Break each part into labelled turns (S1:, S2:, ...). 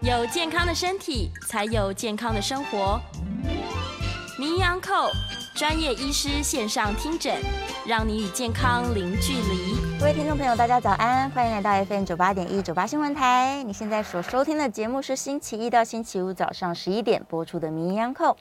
S1: 有健康的身体，才有健康的生活。名扬扣专业医师线上听诊，让你与健康零距离。
S2: 各位听众朋友，大家早安，欢迎来到 FM 九八点一九八新闻台。你现在所收听的节目是星期一到星期五早上十一点播出的《名医央叩》，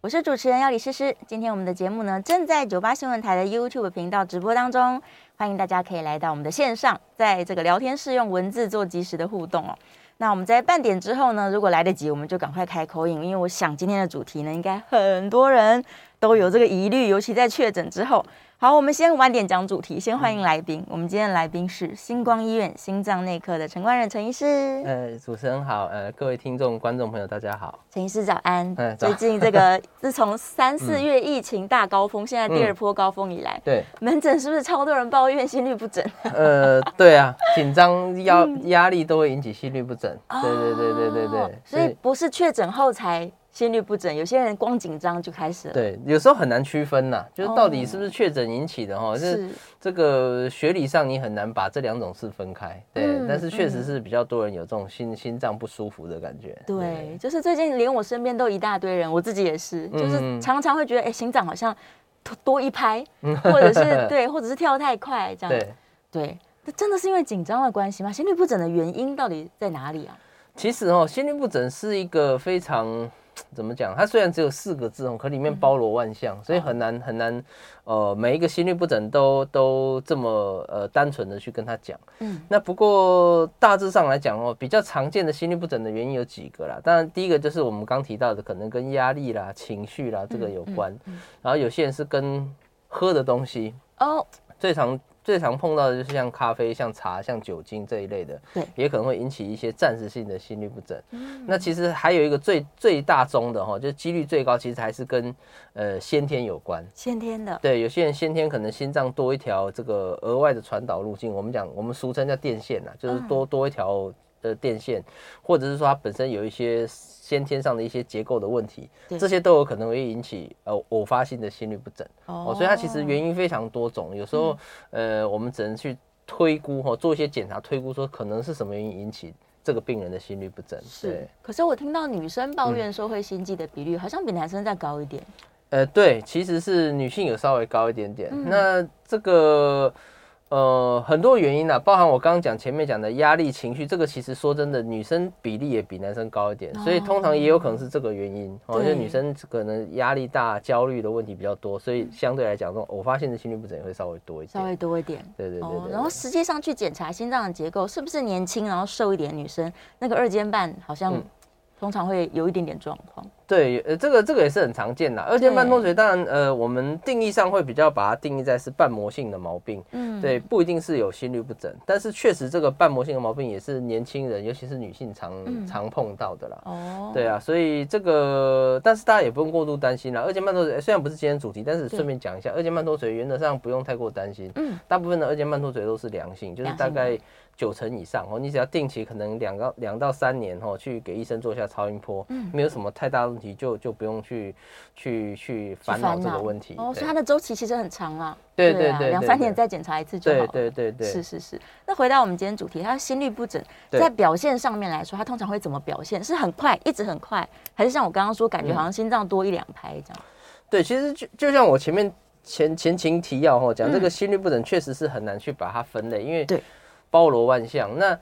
S2: 我是主持人要李诗诗。今天我们的节目呢正在九八新闻台的 YouTube 频道直播当中，欢迎大家可以来到我们的线上，在这个聊天室用文字做及时的互动哦。那我们在半点之后呢，如果来得及，我们就赶快开口音，因为我想今天的主题呢，应该很多人都有这个疑虑，尤其在确诊之后。好，我们先晚点讲主题，先欢迎来宾。我们今天的来宾是星光医院心脏内科的陈冠仁陈医师。
S3: 呃，主持人好，呃，各位听众、观众朋友，大家好。
S2: 陈医师早安。
S3: 哎早嗯
S2: 最近这个自从三四月疫情大高峰，现在第二波高峰以来，
S3: 对，
S2: 门诊是不是超多人抱怨心律不整？
S3: 呃，对啊，紧张、压压力都会引起心律不整。对对对对对
S2: 嗯哦
S3: 对，
S2: 所以不是确诊后才心律不整，有些人光紧张就开始了。，
S3: 对，有时候很难区分呐，就是到底是
S2: 哦
S3: 不是确诊引起的哈，就是
S2: 是
S3: 这个学理上你很难把这两种事分开。对
S2: 嗯，
S3: 但是确实是比较多人有这种心心脏不舒服的感觉。
S2: 对，就是最近连我身边都一大堆人，我自己也是，就是
S3: 嗯
S2: 常常会觉得，哎、心脏好像多多一拍，或 者是对，或者是跳太快这样。
S3: 对。
S2: 对，那真的是因为紧张的关系吗？心律不整的原因到底在哪里啊？
S3: 其实哦，心律不整是一个非常怎么讲？它虽然只有四个字哦，可里面包罗万象，所以很难很难，呃，每一个心律不整都都这么呃单纯的去跟他讲。
S2: 嗯，
S3: 那不过大致上来讲哦，比较常见的心律不整的原因有几个啦。当然，第一个就是我们刚提到的，可能跟压力啦、情绪啦这个有关。然后有些人是跟喝的东西，
S2: 哦，
S3: 最常最常碰到的就是像咖啡、像茶、像酒精这一类的，
S2: 对嗯
S3: 也可能会引起一些暂时性的心律不整。那其实还有一个最最大宗的哈，就几率最高，其实还是跟呃先天有关。
S2: 先天的，
S3: 对，有些人先天可能心脏多一条这个额外的传导路径，我们讲我们俗称叫电线呐，就是
S2: 嗯
S3: 多、多一条的电线，或者是说它本身有一些先天上的一些结构的问题
S2: 对，
S3: 这些都有可能会引起呃偶发性的心律不整。哦，所以它其实原因非常多种，有时候、
S2: 嗯
S3: 呃，我们只能去推估哈、哦，做一些检查推估说可能是什么原因引起这个病人的心律不整。
S2: 是
S3: 对，。
S2: 可是我听到女生抱怨说会心悸的比率好像比男生再高一点。
S3: 呃，对，其实是女性有稍微高一点点。
S2: 嗯
S3: 那这个呃很多原因呢、包含我刚刚讲前面讲的压力、情绪，这个其实说真的，女生比例也比男生高一点，所以通常也有可能是这个原因哦，就
S2: 哦对
S3: 女生可能压力大、焦虑的问题比较多，所以相对来讲，这种偶发性的心律不整也会稍微多一
S2: 稍微
S3: 点。
S2: 多一点。
S3: 对对对对
S2: 哦，然后实际上去检查心脏的结构是不是年轻，然后瘦一点的女生，那个二尖瓣好像
S3: 嗯
S2: 通常会有一点点状况。
S3: 对，呃，这个这个也是很常见的。二尖瓣脱垂，当然，呃，我们定义上会比较把它定义在是瓣膜性的毛病，
S2: 嗯，
S3: 对，不一定是有心律不整，但是确实这个瓣膜性的毛病也是年轻人，尤其是女性常、常碰到的啦。
S2: 哦，
S3: 对啊，所以这个，但是大家也不用过度担心啦。二尖瓣脱垂呃虽然不是今天主题，但是顺便讲一下，二尖瓣脱垂原则上不用太过担心。
S2: 嗯，
S3: 大部分的二尖瓣脱垂都是良性，就是
S2: 良性
S3: 大
S2: 的
S3: 概九成以上哦。你只要定期可能两到两到三年哦，去给医生做一下超音波，
S2: 嗯
S3: 没有什么太大问题，就就不用去去去
S2: 去
S3: 烦恼这个问题。
S2: 哦，所以
S3: 对
S2: 它的周期其实很长啦。
S3: 对对
S2: 啊
S3: 对
S2: 两
S3: 对
S2: 三年
S3: 对
S2: 再检查一次就好
S3: 对
S2: 了。
S3: 对对对，
S2: 是是是。那回到我们今天主题，它心律不整，
S3: 对
S2: 在表现上面来说，它通常会怎么表现？是很快，一直很快，还是像我刚刚说，感
S3: 嗯
S2: 觉好像心脏多一两拍这样？
S3: 对，其实就就像我前面前前情提要哈讲，这个心律不整确实是很难去把它分类，因为
S2: 嗯对
S3: 包罗万象。那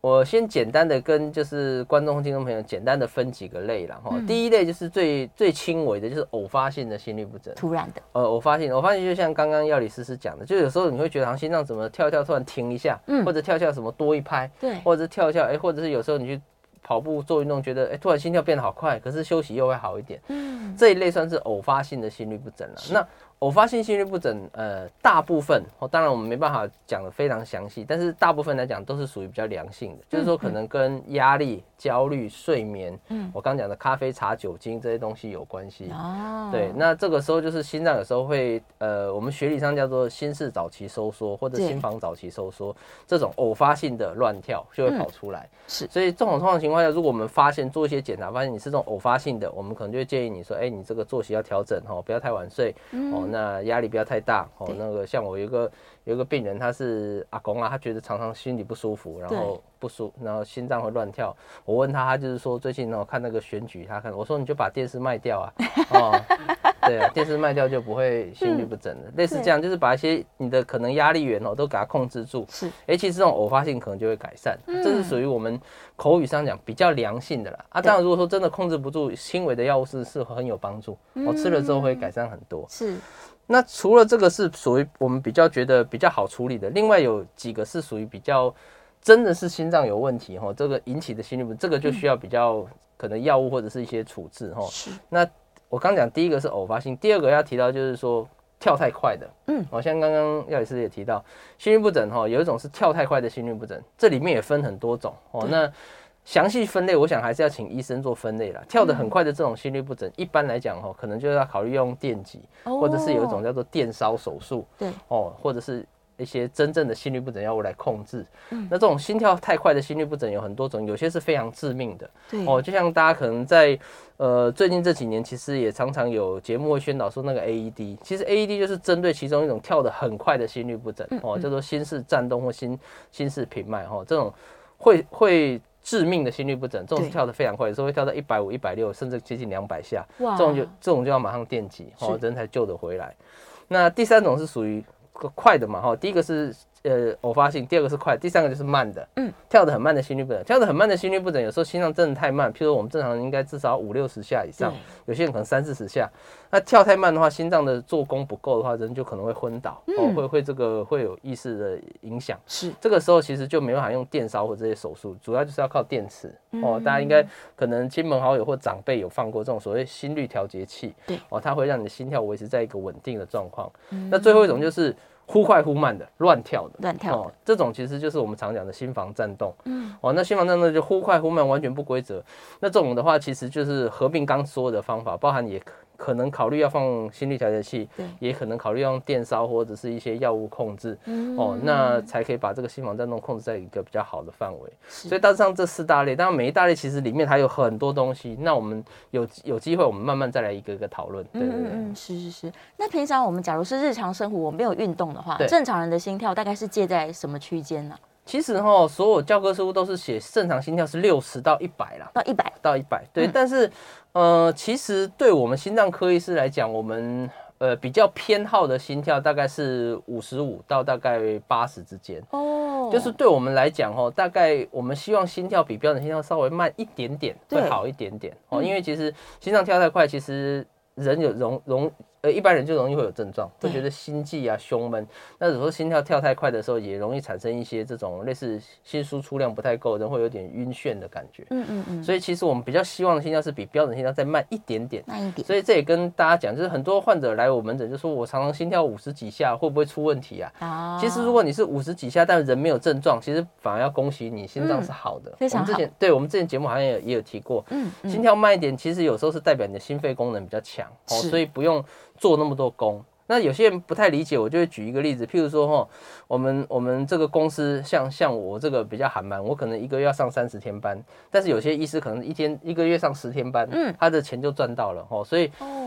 S3: 我先简单的跟就是观众听众朋友简单的分几个类啦哈。
S2: 嗯
S3: 第一类就是最最轻微的，就是偶发性的心律不整。
S2: 突然的，
S3: 呃，我发现，我发现就像刚刚药理师师讲的，就有时候你会觉得好像心脏怎么跳一跳突然停一下，
S2: 嗯
S3: 或者跳一下什么多一拍，
S2: 对
S3: 或者是跳一下，哎、或者是有时候你去跑步做运动，觉得哎、突然心跳变得好快，可是休息又会好一点，
S2: 嗯，
S3: 这一类算是偶发性的心律不整了。那偶发性心律不整，呃，大部分哦，当然我们没办法讲的非常详细，但是大部分来讲都是属于比较良性的，就是说可能跟压力、焦虑、睡眠，
S2: 嗯
S3: 我刚讲的咖啡、茶、酒精这些东西有关系。
S2: 哦，
S3: 对，那这个时候就是心脏有时候会，呃，我们学理上叫做心室早期收缩或者
S2: 对
S3: 心房早期收缩，这种偶发性的乱跳就会
S2: 嗯
S3: 跑出来。
S2: 是
S3: 所以这种通常情况下，如果我们发现做一些检查，发现你是这种偶发性的，我们可能就会建议你说，哎、你这个作息要调整哦，不要太晚睡、哦，那压力不要太大哦
S2: 嗯对。
S3: 那个像我有一个有一个病人，他是阿公啊，他觉得常常心里不舒服，然
S2: 对
S3: 后不舒，然后心脏会乱跳。我问他，他就是说最近哦看那个选举，他看我说你就把电视卖掉啊，哦，对啊，电视卖掉就不会心律不整了。类
S2: 嗯
S3: 似
S2: 对
S3: 这样，就是把一些你的可能压力源哦都给它控制住。
S2: 是
S3: 哎、其实这种偶发性可能就会改善，
S2: 嗯
S3: 这是属于我们口语上讲比较良性的啦。啊，
S2: 对
S3: 当然如果说真的控制不住，轻微的药物是是很有帮助，我、吃了之后会改善很多。
S2: 是，
S3: 那除了这个是属于我们比较觉得比较好处理的，另外有几个是属于比较真的是心脏有问题哈，这个引起的心律不，这个就需要比较可能药物或者是一些处置哈。
S2: 是
S3: 那我刚讲第一个是偶发性，第二个要提到就是说跳太快的，
S2: 嗯
S3: 好、像刚刚药理师也提到心律不整哈、有一种是跳太快的心律不整，这里面也分很多种哦。那详细分类，我想还是要请医生做分类啦。跳得很快的这种心律不整，一般来讲哦，可能就要考虑用电击，或者是有一种
S2: 哦
S3: 叫做电烧手术，
S2: 对
S3: 哦，或者是一些真正的心律不整药物来控制。
S2: 嗯
S3: 那这种心跳太快的心律不整有很多种，有些是非常致命的。
S2: 对
S3: 哦，就像大家可能在呃最近这几年，其实也常常有节目会宣导说那个 AED，其实 AED 就是针对其中一种跳得很快的心律不
S2: 嗯
S3: 整哦，叫做心室颤动或心心室平脉哦，这种会会致命的心律不整，这种
S2: 对
S3: 跳得非常快，有时候会跳到一百五、一百六，甚至接近两百下，
S2: 哇
S3: 这种就这种就要马上电击哦，人才救得回来。那第三种是属于快的嘛哈，哦第一个是呃偶发性，第二个是快，第三个就是慢的。
S2: 嗯
S3: 跳得很慢的心律不整，跳得很慢的心律不整，有时候心脏真的太慢，譬如说我们正常人应该至少五六十下以上
S2: 对，
S3: 有些人可能三四十下。那跳太慢的话，心脏的做功不够的话，人就可能会昏倒，
S2: 嗯
S3: 哦，会会这个会有意识的影响。
S2: 是
S3: 这个时候其实就没办法用电烧或这些手术，主要就是要靠电池
S2: 嗯
S3: 哦。大家应该可能亲朋好友或长辈有放过这种所谓心率调节器，
S2: 对嗯
S3: 哦，它会让你的心跳维持在一个稳定的状况。那最后一种就是忽快忽慢的乱跳的，
S2: 乱跳
S3: 哦，这种其实就是我们常讲的心房颤动。嗯，哦，那心房颤动就忽快忽慢，完全不规则。那这种的话，其实就是合并刚说的方法，包含也可可能考虑要放心率调节器
S2: 对，
S3: 也可能考虑用电烧或者是一些药物控制。
S2: 嗯
S3: 哦，那才可以把这个心房颤动控制在一个比较好的范围。
S2: 是
S3: 所以大致上这四大类，当然每一大类其实里面还有很多东西。那我们有有机会，我们慢慢再来一个一个讨论。对对对。
S2: 嗯嗯，是是是。那平常我们假如是日常生活，我没有运动的话，
S3: 对
S2: 正常人的心跳大概是介在什么区间呢？
S3: 其实哈，所有教科书都是写正常心跳是六十到一百啦，
S2: 到一百，
S3: 到一百。
S2: 嗯
S3: 对，但是呃，其实对我们心脏科医师来讲，我们呃比较偏好的心跳大概是五十五到大概八十之间。
S2: 哦
S3: 就是对我们来讲哦，大概我们希望心跳比标准心跳稍微慢一点点，
S2: 对嗯
S3: 会好一点点哦。因为其实心脏跳太快，其实人有容容呃一般人就容易会有症状，会
S2: 对
S3: 觉得心悸啊、胸闷。那有时候心跳跳太快的时候，也容易产生一些这种类似心输出量不太够，人会有点晕眩的感觉。
S2: 嗯嗯嗯，
S3: 所以其实我们比较希望的心跳是比标准心跳再慢一点点。
S2: 慢一点，
S3: 所以这也跟大家讲，就是很多患者来我门诊就说，我常常心跳五十几下，会不会出问题啊？
S2: 啊
S3: 其实如果你是五十几下，但人没有症状，其实反而要恭喜你，心脏是好的。
S2: 嗯非常好
S3: 我们之前对我们之前节目好像也也有提过，
S2: 嗯嗯
S3: 心跳慢一点，其实有时候是代表你的心肺功能比较强哦，
S2: 是
S3: 所以不用做那么多功。那有些人不太理解，我就会举一个例子，譬如说哈，我们我们这个公司像像我这个比较寒班，我可能一个月要上三十天班，但是有些医师可能一天一个月上十天班，
S2: 嗯
S3: 他的钱就赚到了哦，所以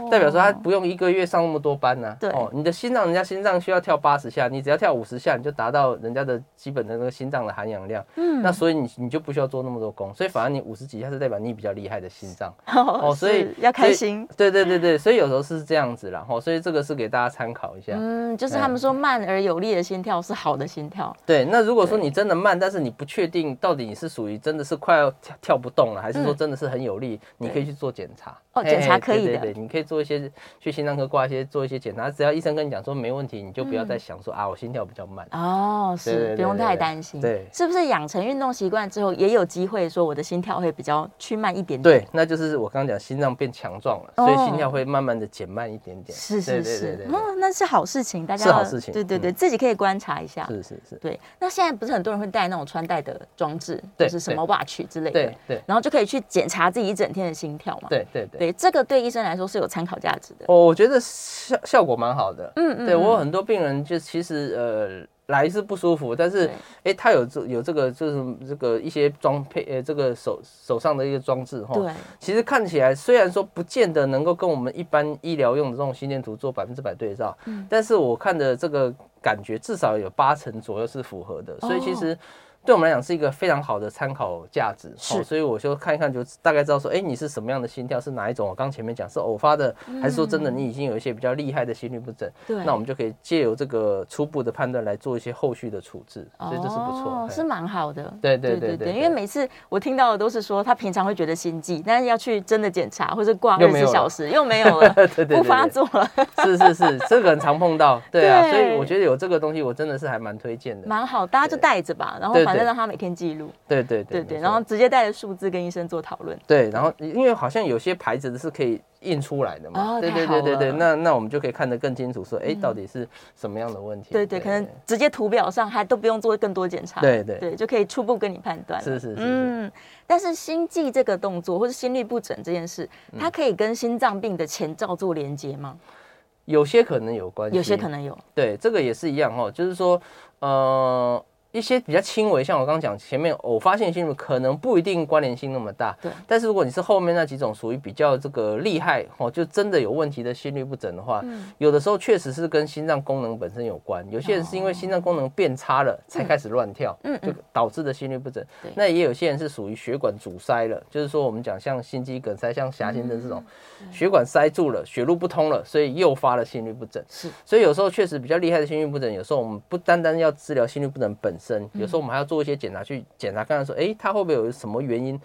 S3: 代表说他不用一个月上那么多班呢、
S2: 对
S3: 哦，你的心脏，人家心脏需要跳八十下，你只要跳五十下，你就达到人家的基本的那个心脏的含氧量。嗯，那所以你你就不需要做那么多功，所以反而你五十几下是代表你比较厉害的心脏。
S2: 哦
S3: 哦，所以
S2: 要开。
S3: 所
S2: 心
S3: 以。对对对对，所以有时候是这样子啦，哦吼，所以这个是给大家参考一下。
S2: 嗯，就是他们说慢而有力的心跳是好的心跳，
S3: 对，那如果说你真的慢，但是你不确定到底你是属于真的是快要跳跳不动了，还是说真的是很有力，你可以去做检查。
S2: 嗯哦
S3: 嘿
S2: 检查
S3: 嘿
S2: 可以
S3: 对
S2: 的
S3: 对对，你可以做一些去心脏科挂一些做一些检查，只要医生跟你讲说没问题，你就不要
S2: 嗯
S3: 再想说、啊我心跳比较慢。
S2: 哦，
S3: 对对
S2: 是
S3: 对
S2: 不用
S3: 对
S2: 太
S3: 对
S2: 担心。
S3: 对
S2: 是不是养成运动习惯之后，也有机会说我的心跳会比较趋慢一点点？
S3: 对，那就是我刚刚讲心脏变强壮了，所以心跳会慢慢的减慢一点点。
S2: 哦是
S3: 对
S2: 是
S3: 对
S2: 是
S3: 对，对
S2: 嗯，那是好事情，大家
S3: 是好
S2: 要
S3: 事情
S2: 对对对，自己可以观察一下。
S3: 对是是是，
S2: 对，那现在不是很多人会带那种穿戴的装置，就
S3: 对
S2: 是什么
S3: 对
S2: watch 之类的
S3: 对，对
S2: 然后就可以去检查自己一整天的心跳嘛。
S3: 对对对。
S2: 对，这个对医生来说是有参考价值的。
S3: 哦，我觉得效效果蛮好的。
S2: 嗯嗯，
S3: 对我有
S2: 嗯
S3: 很多病人就其实呃来是不舒服，但是
S2: 对
S3: 哎他有这有这个就是这个一些装配呃这个手手上的一个装置哈，
S2: 对
S3: 其实看起来虽然说不见得能够跟我们一般医疗用的这种心电图做百分之百对照，
S2: 嗯
S3: 但是我看的这个感觉至少有八成左右是符合的，所以其实。对我们来讲是一个非常好的参考价值，
S2: 哦是
S3: 所以我就看一看，就大概知道说，哎，你是什么样的心跳，是哪一种？我刚前面讲是偶发的，
S2: 嗯
S3: 还是说真的你已经有一些比较厉害的心律不整？
S2: 对，
S3: 那我们就可以借由这个初步的判断来做一些后续的处置，所以这是不错
S2: 哦，，是
S3: 嘿
S2: 蛮好的。
S3: 对对
S2: 对
S3: 对
S2: 对
S3: 对
S2: 对，
S3: 对
S2: 因为每次我听到的都是说他平常会觉得心悸，但是要去真的检查或者挂
S3: 又
S2: 二十
S3: 没有
S2: 四
S3: 了
S2: 小时又没有了，
S3: 对对对
S2: 不发作了，
S3: 是是 是，这个很常碰到，对啊，
S2: 对
S3: 所以我觉得有这个东西，我真的是还蛮推荐的，
S2: 蛮好，大家就
S3: 对
S2: 带着吧，然后
S3: 对
S2: 反
S3: 对
S2: 正让他每天记录，
S3: 对对对
S2: 对对，
S3: 没
S2: 然后
S3: 错
S2: 直接带着数字跟医生做讨论。
S3: 对，然后因为好像有些牌子是可以印出来的嘛，
S2: 哦
S3: 对
S2: 太
S3: 对
S2: 好
S3: 对对对，
S2: 了嗯
S3: 那那我们就可以看得更清楚，说哎，到底是什么样的问题？
S2: 对对，可能直接图表上还都不用做更多检查，
S3: 对对
S2: 对，就可以初步跟你判断了。
S3: 是是是是，
S2: 嗯，但是心悸这个动作或是心律不整这件事，
S3: 嗯
S2: 它可以跟心脏病的前兆做连接吗？
S3: 有些可能有关系，
S2: 有些可能有，
S3: 对，这个也是一样哈，就是说，呃，一些比较轻微，像我刚刚讲前面偶发性心律，可能不一定关联性那么大。
S2: 对
S3: 但是如果你是后面那几种属于比较这个厉害哦，就真的有问题的心律不整的话，
S2: 嗯
S3: 有的时候确实是跟心脏功能本身有关，有些人是因为心脏功能变差了才开始乱跳，
S2: 哦嗯
S3: 就导致的心律不整
S2: 对。
S3: 那也有些人是属于血管阻塞了，就是说我们讲像心肌梗塞、像狭心症这种，
S2: 嗯
S3: 血管塞住了，血路不通了，所以诱发了心律不整。
S2: 是
S3: 所以有时候确实比较厉害的心律不整，有时候我们不单单要治疗心律不整本身，
S2: 嗯
S3: 有时候我们还要做一些检查去检查，看看说，诶，它会不会有什么原因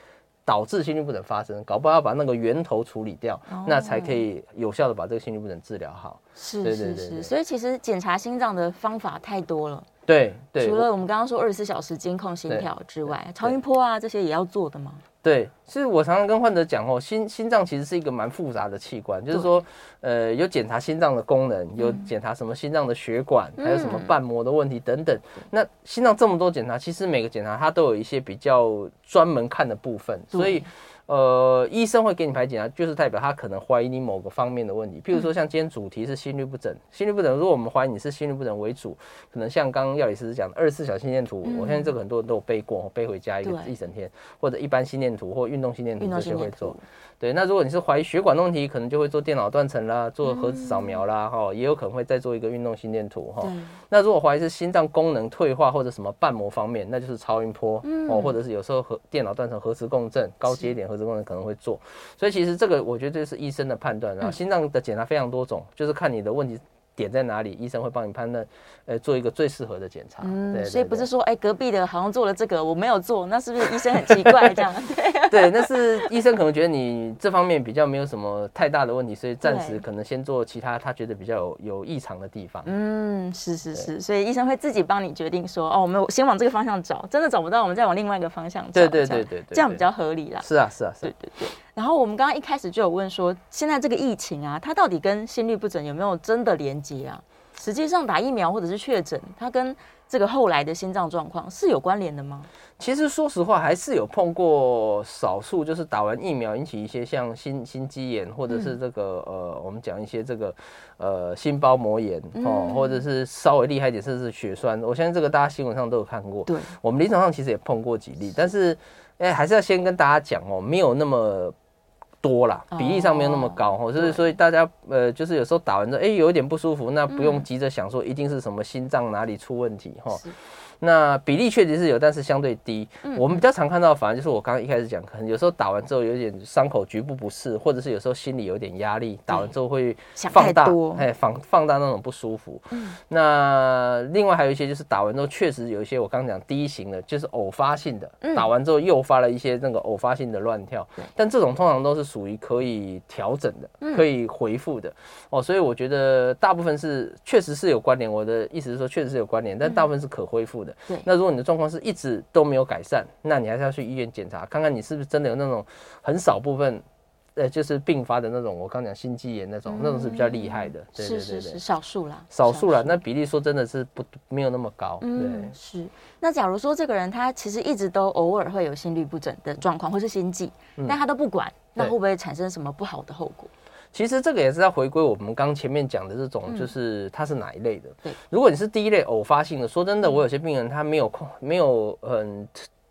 S3: 导致心律不整发生？搞不好要把那个源头处理掉，
S2: 哦
S3: 那才可以有效的把这个心律不整治疗好。
S2: 是
S3: 对对
S2: 是
S3: 对
S2: 是，
S3: 对
S2: 所以其实检查心脏的方法太多了，
S3: 对对，
S2: 除
S3: 我
S2: 了我们刚刚说二十四小时监控心
S3: 对
S2: 跳之外，超音波啊这些也要做的吗？
S3: 对，是我常常跟患者讲哦，心心脏其实是一个蛮复杂的器官，就是说，呃，有检查心脏的功能，有检查什么心脏的血管，还有什么瓣膜的问题等等。那心脏这么多检查，其实每个检查它都有一些比较专门看的部分，所以。呃，医生会给你排检查，就是代表他可能怀疑你某个方面的问题。譬如说，像今天主题是心律不整，心律不整，如果我们怀疑你是心律不整为主，可能像刚刚药理师讲的二十四小时心电图，我相信这个很多人都有背过，背回家一个
S2: 对
S3: 一整天，或者一般心电图或运动心电图
S2: 运
S3: 嗯这
S2: 动心
S3: 些会
S2: 电
S3: 做
S2: 图。，
S3: 对，那如果你是怀疑血管问题，可能就会做电脑断层啦，做核磁扫描啦，哈、也有可能会再做一个运动心电图哈。
S2: 嗯对，
S3: 那如果怀疑是心脏功能退化或者什么瓣膜方面，那就是超音波、
S2: 嗯
S3: 哦，或者是有时候和电脑断层核磁共振，高阶一点核磁共振可能会做。所以其实这个我觉得这是医生的判断
S2: 嗯
S3: 啊。心脏的检查非常多种，就是看你的问题点在哪里，医生会帮你判断，呃，做一个最适合的检查。嗯
S2: 嗯，所以不是说哎隔壁的好像做了这个我没有做，那是不是医生很奇怪这样？ 对
S3: 对，那是医生可能觉得你这方面比较没有什么太大的问题，所以暂时
S2: 对
S3: 可能先做其他他觉得比较有有异常的地方。
S2: 嗯，是是是，所以医生会自己帮你决定说哦，我们先往这个方向找，真的找不到我们再往另外一个方向找，
S3: 对对
S2: 这样
S3: 对对对对
S2: 这样比较合理啦。
S3: 是啊，是啊，是啊
S2: 对对对。然后我们刚刚一开始就有问说，现在这个疫情啊，它到底跟心律不整有没有真的连接啊？实际上打疫苗或者是确诊，它跟这个后来的心脏状况是有关联的吗？
S3: 其实说实话，还是有碰过少数，就是打完疫苗引起一些像心心肌炎，或者是这个、呃，我们讲一些这个呃心包膜炎哦，或者是稍微厉害一点，甚至是血栓。我相信这个大家新闻上都有看过。
S2: 对，
S3: 我们临床上其实也碰过几例，但是哎，还是要先跟大家讲哦，没有那么。多啦，比例上没有那么高哦，就是所以大家呃，就是有时候打完之后，哎、有一点不舒服，那不用急着想说一定是什么心脏哪里出问题哈。那比例确实是有，但是相对低。
S2: 嗯
S3: 我们比较常看到，反正就是我刚刚一开始讲，可能有时候打完之后有点伤口局部不适，或者是有时候心里有点压力，打完之后会
S2: 想
S3: 放大
S2: 太多，嗯
S3: 哎，放放大那种不舒服。那另外还有一些就是打完之后确实有一些我刚刚讲第一型的，就是偶发性的，
S2: 嗯
S3: 打完之后诱发了一些那个偶发性的乱跳，但这种通常都是属于可以调整
S2: 嗯
S3: 的，可以回复的哦，所以我觉得大部分是确实是有关联。我的意思是说，确实是有关联，但大部分是可恢复的。
S2: 嗯对
S3: 那如果你的状况是一直都没有改善，那你还是要去医院检查，看看你是不是真的有那种很少部分呃，就是并发的那种，我刚讲心肌炎那种，那种是比较厉害的。对对
S2: 嗯是是
S3: 对
S2: 是，
S3: 对，
S2: 少数啦，
S3: 少数啦，那比例说真的是不没有那么高。对
S2: 嗯，是。那假如说这个人他其实一直都偶尔会有心律不整的状况，或是心悸，
S3: 嗯
S2: 但他都不管，那会
S3: 对
S2: 不会产生什么不好的后果？
S3: 其实这个也是在回归我们刚前面讲的这种，就是它是哪一类的。
S2: 嗯对
S3: 如果你是第一类偶发性的，说真的，我有些病人他没有控，没有很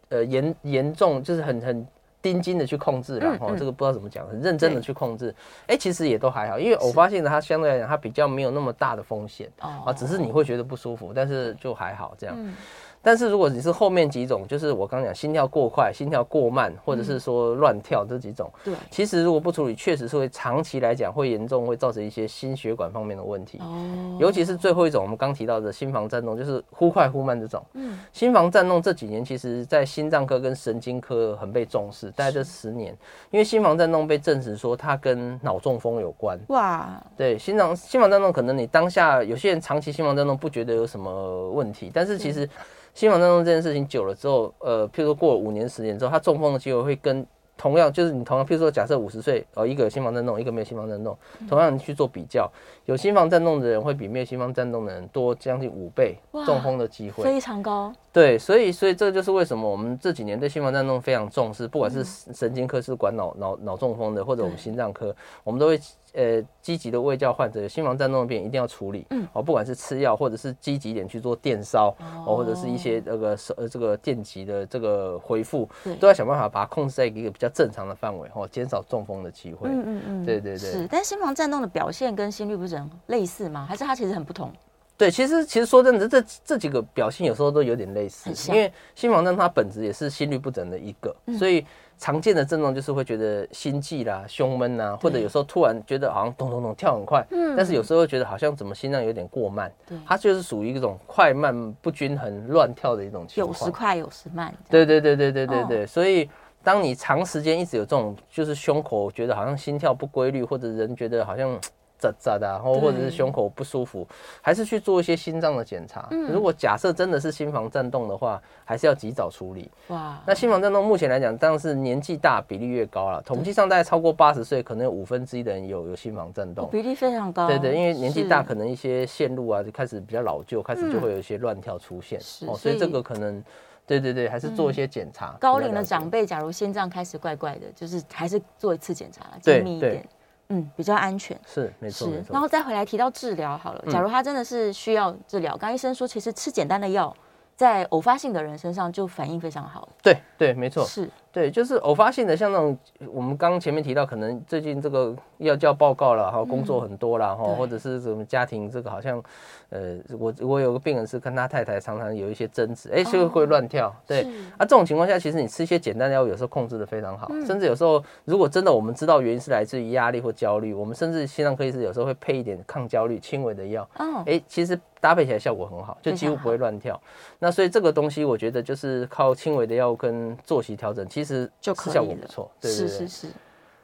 S3: 呃严严重，就是很很。盯紧的去控制啦，
S2: 嗯
S3: 哦，
S2: 嗯
S3: 这个不知道怎么讲，很认真的
S2: 对
S3: 去控制，哎、其实也都还好，因为偶发性的它相对来讲它比较没有那么大的风险，啊，
S2: 哦
S3: 只是你会觉得不舒服，但是就还好这样。
S2: 嗯
S3: 但是如果你是后面几种，就是我刚讲心跳过快、心跳过慢，或者是说乱跳这几种，
S2: 嗯对
S3: 其实如果不处理，确实是会长期来讲会严重，会造成一些心血管方面的问题。
S2: 哦，
S3: 尤其是最后一种，我们刚提到的心房颤动，就是忽快忽慢这种。
S2: 嗯
S3: 心房颤动这几年，其实在心脏科跟神经科很被重视，大概这十年，因为心房颤动被证实说它跟脑中风有关。
S2: 哇，
S3: 对，心脏心房颤动可能你当下有些人长期心房颤动不觉得有什么问题，但是其实心房颤动这件事情久了之后，呃，譬如说过了五年、十年之后，他中风的机会会跟同样就是你同样，譬如说假设五十岁，呃，一个有心房颤动，一个没有心房颤动，同样你去做比较，有心房颤动的人会比没有心房颤动的人多将近五倍
S2: 哇
S3: 中风的机会，
S2: 非常高，
S3: 对，所以所以这就是为什么我们这几年对心房颤动非常重视，不管是神神经科是管脑脑脑中风的，或者我们
S2: 嗯对
S3: 心脏科，我们都会呃积极的为教患者有心房颤动的病人一定要处理，
S2: 嗯
S3: 哦，不管是吃药或者是积极一点去做电烧，
S2: 哦
S3: 哦，或者是一些那个手呃这个电极的这个恢复
S2: 对，
S3: 都要想办法把它控制在一个比较正常的范围，哦，减少中风的机会。
S2: 嗯嗯嗯，
S3: 对对对
S2: 是。但心房颤动的表现跟心律不整类似吗？还是它其实很不同？
S3: 对，其实其实说真的，这这几个表现有时候都有点类似
S2: 很，像嗯
S3: 因为心房症它本质也是心律不整的一个，所以常见的症状就是会觉得心悸啦、胸闷啊，或者有时候突然觉得好像咚咚咚跳很快，但是有时候又觉得好像怎么心脏有点过慢
S2: 嗯对，
S3: 它就是属于一种快慢不均衡、乱跳的一种情
S2: 有时
S3: 况。
S2: 快，有时慢。
S3: 对对对对对对
S2: 哦
S3: 对，所以当你长时间一直有这种，就是胸口觉得好像心跳不规律，或者人觉得好像咋咋的啊，然后
S2: 对
S3: 或者是胸口不舒服，还是去做一些心脏的检查。
S2: 嗯
S3: 如果假设真的是心房颤动的话，还是要及早处理。
S2: 哇，
S3: 那心房颤动目前来讲，当然是年纪大比例越高了，统计上大概超过八十岁，可能有五分之一的人有有心房颤动。
S2: 比例非常高。
S3: 对对，因为年纪
S2: 哦
S3: 大，
S2: 是嗯
S3: 可能一些线路啊就开始比较老旧，开始就会有一些乱跳出现、
S2: 是
S3: 哦，所
S2: 所以嗯
S3: 以这个可能，对对对，还是做一些检查。
S2: 高
S3: 比
S2: 龄
S3: 较
S2: 的
S3: 了解
S2: 长辈，假如心脏开始怪怪的，就是还是做一次检查啦，
S3: 对
S2: 精密一
S3: 对
S2: 点，嗯，比较安全。
S3: 是没错嗯没
S2: 是，然
S3: 错，
S2: 后再回来提到治疗好了。假如他真的是需要治疗，刚刚医生说，其实吃简单的药，在偶发性的人身上就反应非常好。
S3: 对对没错，
S2: 是，
S3: 对，就是偶发性的，像那种我们刚刚前面提到，可能最近这个要交报告了，哈，工作很多了，哈、
S2: 嗯对
S3: 或者是什么家庭这个好像，呃，我我有个病人是跟他太太常常有一些争执，哎、就会乱跳，对，
S2: 是
S3: 啊，这种情况下，其实你吃一些简单的药，有时候控制的非常
S2: 嗯
S3: 好，甚至有时候如果真的我们知道原因是来自于压力或焦虑，我们甚至心脏科医师有时候会配一点抗焦虑轻微的药，
S2: 嗯，
S3: 哎、其实搭配起来效果很好，就
S2: 非
S3: 几
S2: 常
S3: 乎不会乱跳。那所以这个东西，我觉得就是靠轻微的药跟作息调整，其实
S2: 就是可以
S3: 效果不
S2: 了
S3: 错。对对
S2: 是
S3: 对
S2: 是是。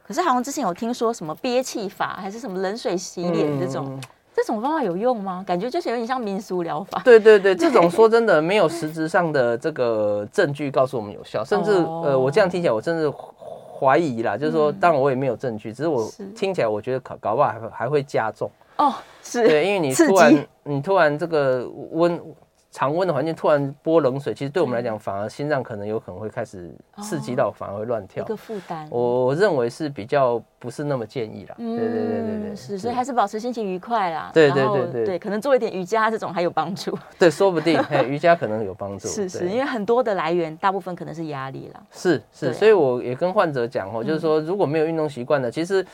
S2: 可是好像之前有听说什么憋气法，还是什么冷水洗脸这
S3: 嗯
S2: 种，这种方法有用吗？感觉就是有点像民俗疗法。
S3: 对对对，这种说真的没有实质上的这个证据告诉我们有效，甚至
S2: 哦
S3: 呃，我这样听起来我真的怀疑啦，就是说，当然我也没有证据，只是我
S2: 嗯是
S3: 听起来我觉得搞搞不好还会还会加重。
S2: 哦，是，
S3: 对，因为你
S2: 刺
S3: 突然
S2: 激
S3: 你突然这个温常温的环境突然泼冷水，其实对我们来
S2: 嗯
S3: 讲，反而心脏可能有可能会开始刺激到，反而会乱
S2: 一
S3: 跳。
S2: 哦个负担。嗯
S3: 我我认为是比较不是那么建议啦。对对对对对，
S2: 是，所以还是保持心情愉快啦。
S3: 对
S2: 然后
S3: 对对对
S2: 对，可能做一点瑜伽这种还有帮助。
S3: 对，说不定嘿瑜伽可能有 帮助。
S2: 是是，
S3: 对
S2: 因为很多的来源大部分可能是压力啦。对
S3: 是
S2: 啊嗯
S3: 是，所以我也跟患者讲哦，就是说如果没有运动习惯的，其实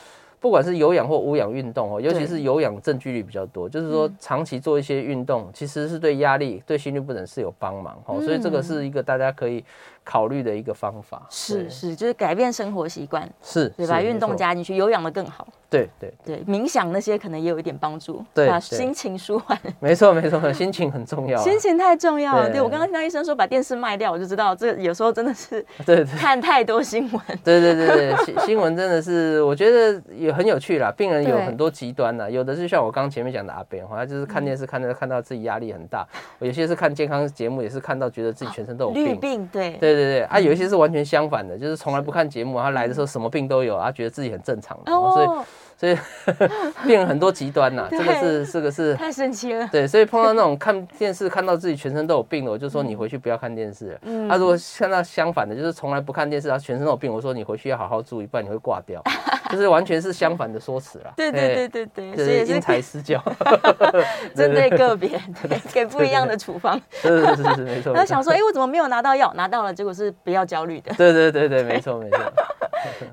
S3: 不管是有氧或无氧运动哦，尤其是有氧正距率比较多，就是
S2: 嗯
S3: 说长期做一些运动，其实是对压力、对心律不整是有帮忙哦，所以这个是一个大家可以考虑的一个方法。
S2: 嗯是
S3: 对
S2: 是，就是改变生活习惯，
S3: 是，
S2: 对，
S3: 是
S2: 把运动，
S3: 没错
S2: 加进去，有氧的更好。
S3: 对对，
S2: 对，冥想那些可能也有一点帮助，
S3: 对
S2: 把
S3: 对
S2: 心情舒缓。
S3: 没错没错，心情很重要啊，
S2: 心情太重要了。对
S3: 对
S2: 我刚刚听到医生说把电视卖掉，我就知道这有时候真的 是
S3: 对对。
S2: 看太多新闻。
S3: 对对对对，新新闻真的是，我觉得也很有趣啦。病人有
S2: 对
S3: 很多极端 呐，有的是像我刚前面讲的阿扁，他就是看电 视看到看到自己压力很大，有些是看健康节目，也是看到觉得自己全身都有
S2: 啊绿
S3: 病。
S2: 病对，嗯
S3: 对对对，啊，有一些是完全相反的，就是从来不看节目，他来的时候什么病都有，他觉得自己很正常，然后所以
S2: 哦，
S3: 所以 变了很多极端呐、
S2: 对
S3: 这个是这个是。
S2: 太神奇了。
S3: 对，所以碰到那种看电视看到自己全身都有病了，我就说你回去不要看电视了。啊
S2: 嗯
S3: 他、如果看到相反的，就是从来不看电视，他全身都有病，我说你回去要好好注意，不然你会挂 掉。就是完全是相反的说辞啦。
S2: 对对对对对，
S3: 嘿，
S2: 所
S3: 就
S2: 以
S3: 是
S2: 也
S3: 因
S2: 是
S3: 材 施教。
S2: 针对个别，对，给不一样的处方。
S3: 是是是是，没错。
S2: 然后
S3: 没
S2: 想
S3: 错。
S2: 说，哎，我怎么没有拿到药？拿到了，结果是不要焦虑的，
S3: 对对对对，没错没错。嗯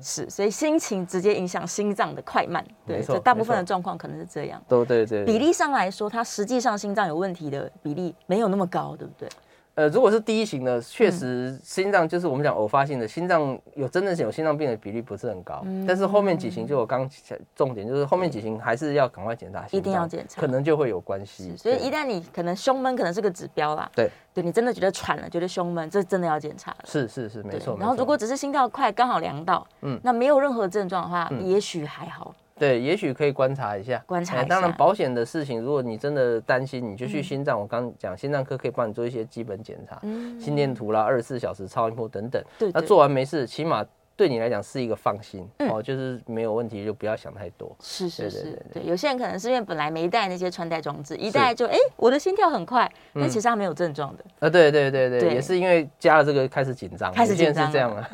S2: 是，所以心情直接影响心脏的快慢。对，
S3: 没错
S2: 这大部分的
S3: 没错
S2: 状况可能是这样。
S3: 都对对。对
S2: 比例上来说，它实际上心脏有问题的比例没有那么高，对不对？
S3: 呃，如果是第一型的，
S2: 嗯
S3: 确实心脏就是我们讲偶发性的，心脏有真正有心脏病的比例不是很高。
S2: 嗯
S3: 但是后面几型，就我刚讲重点就是后面几型还是要赶快检查
S2: 一
S3: 心脏，
S2: 定要检查
S3: 可能就会有关系。
S2: 所以
S3: 嗯对
S2: 一旦你可能胸闷，可能是个指标啦。
S3: 对，
S2: 对你真的觉得喘了，觉得胸闷，这真的要检查了。
S3: 是是是，没
S2: 对
S3: 错。没
S2: 然后
S3: 错
S2: 如果只是心跳快，刚好量到，嗯
S3: 嗯，
S2: 那没有任何症状的话，也许还好。
S3: 对，也许可以观察一下，
S2: 观察
S3: 哎
S2: 一
S3: 当然，
S2: 下嗯
S3: 保险的事情，如果你真的担心，你就去心脏。我刚讲心脏科可以帮你做一些基本检查，心电图啦、二十四小时超音波等等。
S2: 嗯对嗯
S3: 那
S2: 对
S3: 做完没事，起码对你来讲是一个放心、哦，就是没有问题，就不要想太多。
S2: 是是
S3: 对
S2: 是
S3: 对对，
S2: 对，有些人可能是因为本来没带那些穿戴装置，一戴就哎、诶我的心跳很快，
S3: 嗯
S2: 但其实他没有症状的，
S3: 啊，对对对对，
S2: 对
S3: 也是因为加了这个开始紧张，
S2: 开始
S3: 有些人
S2: 紧张
S3: 是这样啊，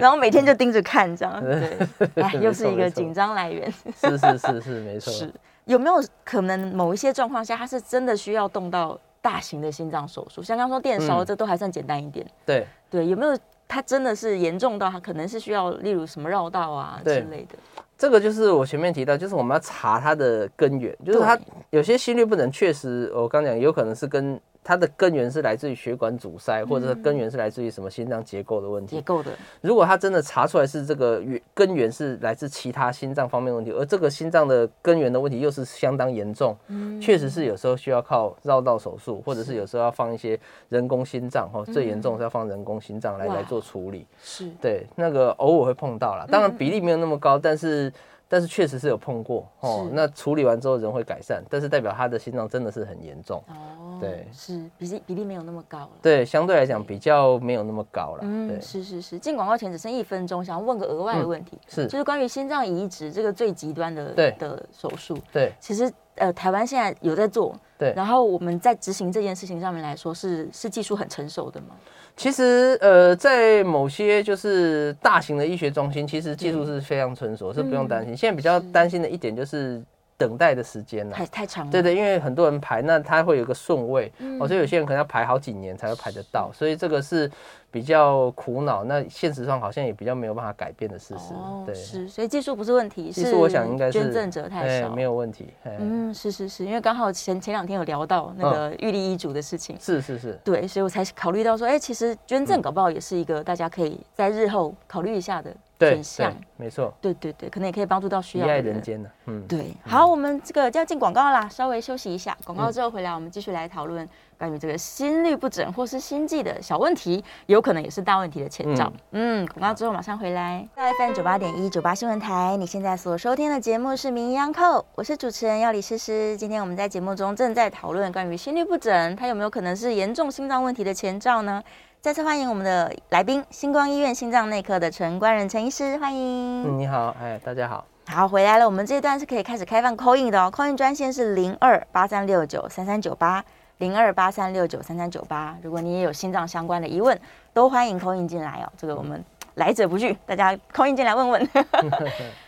S2: 然后每天就盯着看这样，对， 哎，
S3: 没错
S2: 又是一个
S3: 嗯没错
S2: 紧张来源。
S3: 啊 是是是是，没错，
S2: 是有没有可能某一些状况下，他是真的需要动到大型的心脏手术？像刚说电烧，
S3: 嗯
S2: 这都还算简单一点。
S3: 对。
S2: 对，有没有他真的是严重到他可能是需要，例如什么绕道啊之
S3: 对
S2: 类的？
S3: 这个就是我前面提到，就是我们要查它的根源，就是它
S2: 对
S3: 有些心律不整，确实我刚讲有可能是跟它的根源是来自于血管阻塞，或者是根源是来自于什么心脏结构的问
S2: 结
S3: 题。
S2: 构的，
S3: 如果它真的查出来是这个原根源是来自其他心脏方面的问题，而这个心脏的根源的问题又是相当严重，确实是有时候需要靠绕道手术，或者是有时候要放一些人工心脏，哦，最严重是要放人工心脏来
S2: 哇
S3: 来做处理。
S2: 是
S3: 对，那个偶尔会碰到
S2: 嗯
S3: 啦，当然比例没有那么高，但是但是确实是有碰过哦
S2: 是。
S3: 那处理完之后人会改善，但是代表他的心脏真的是很严重。
S2: 哦，
S3: 对
S2: 是比例比例没有那么高了。
S3: 对，相对来讲比较没有那么高啦。对嗯
S2: 嗯，，是是是，进广告前只剩一分钟，想要问个额外的问题，
S3: 是
S2: 就是关于心脏移植这个最极端的
S3: 对
S2: 的手术，
S3: 对
S2: 其实呃台湾现在有在做，
S3: 对。
S2: 然后我们在执行这件事情上面来说是是技术很成熟的嘛，
S3: 其实呃，在某些就是大型的医学中心，其实技术是非常纯熟，是不用
S2: 嗯
S3: 担心。现在比较担心的一点就是等待的时间啦。
S2: 太太长了，
S3: 对对，因为很多人排，那他会有个顺位，
S2: 嗯
S3: 哦，所以有些人可能要排好几年才会排得到，所以这个是比较苦恼。那现实上好像也比较没有办法改变的事实，
S2: 哦
S3: 对。
S2: 是，所以技术不是问题，
S3: 其
S2: 是
S3: 实我想应该是
S2: 捐赠者太
S3: 哎
S2: 少，
S3: 没有问题。哎
S2: 嗯，是是是，因为刚好前前两天有聊到那
S3: 嗯
S2: 个玉立医嘱的事情，
S3: 是是是，
S2: 对，所以我才考虑到说，哎、其实捐
S3: 嗯
S2: 赠搞不好也是一个大家可以在日后考虑一下的
S3: 对
S2: 选项
S3: 对。，没错，
S2: 对对对，可能也可以帮助到需
S3: 一
S2: 要的
S3: 爱
S2: 人。
S3: 人间呢，嗯，
S2: 对，好，我们这个要进广告啦，稍微休息一下。广告之后回来，我们继续来讨论关于这个心律不整或是心悸的小问题，有可能也是大问题的前兆。嗯，广告之后马上回来。FM 九八点一九八新闻台，你现在所收听的节目是《名医央叩》，我是主持人要李诗诗。今天我们在节目中正在讨论关于心律不整，它有没有可能是严重心脏问题的前兆呢？再次欢迎我们的来宾，星光医院心脏内科的陈官仁陈医师，欢迎。
S3: 嗯，你好，哎，大家好，
S2: 好，回来了。我们这一段是可以开始开放 call in 的哦，call in 专线是零二八三六九三三九八零二八三六九三三九八。如果你也有心脏相关的疑问，都欢迎 call in 进来哦。这个我们来者不拒，大家 call in 进来问问。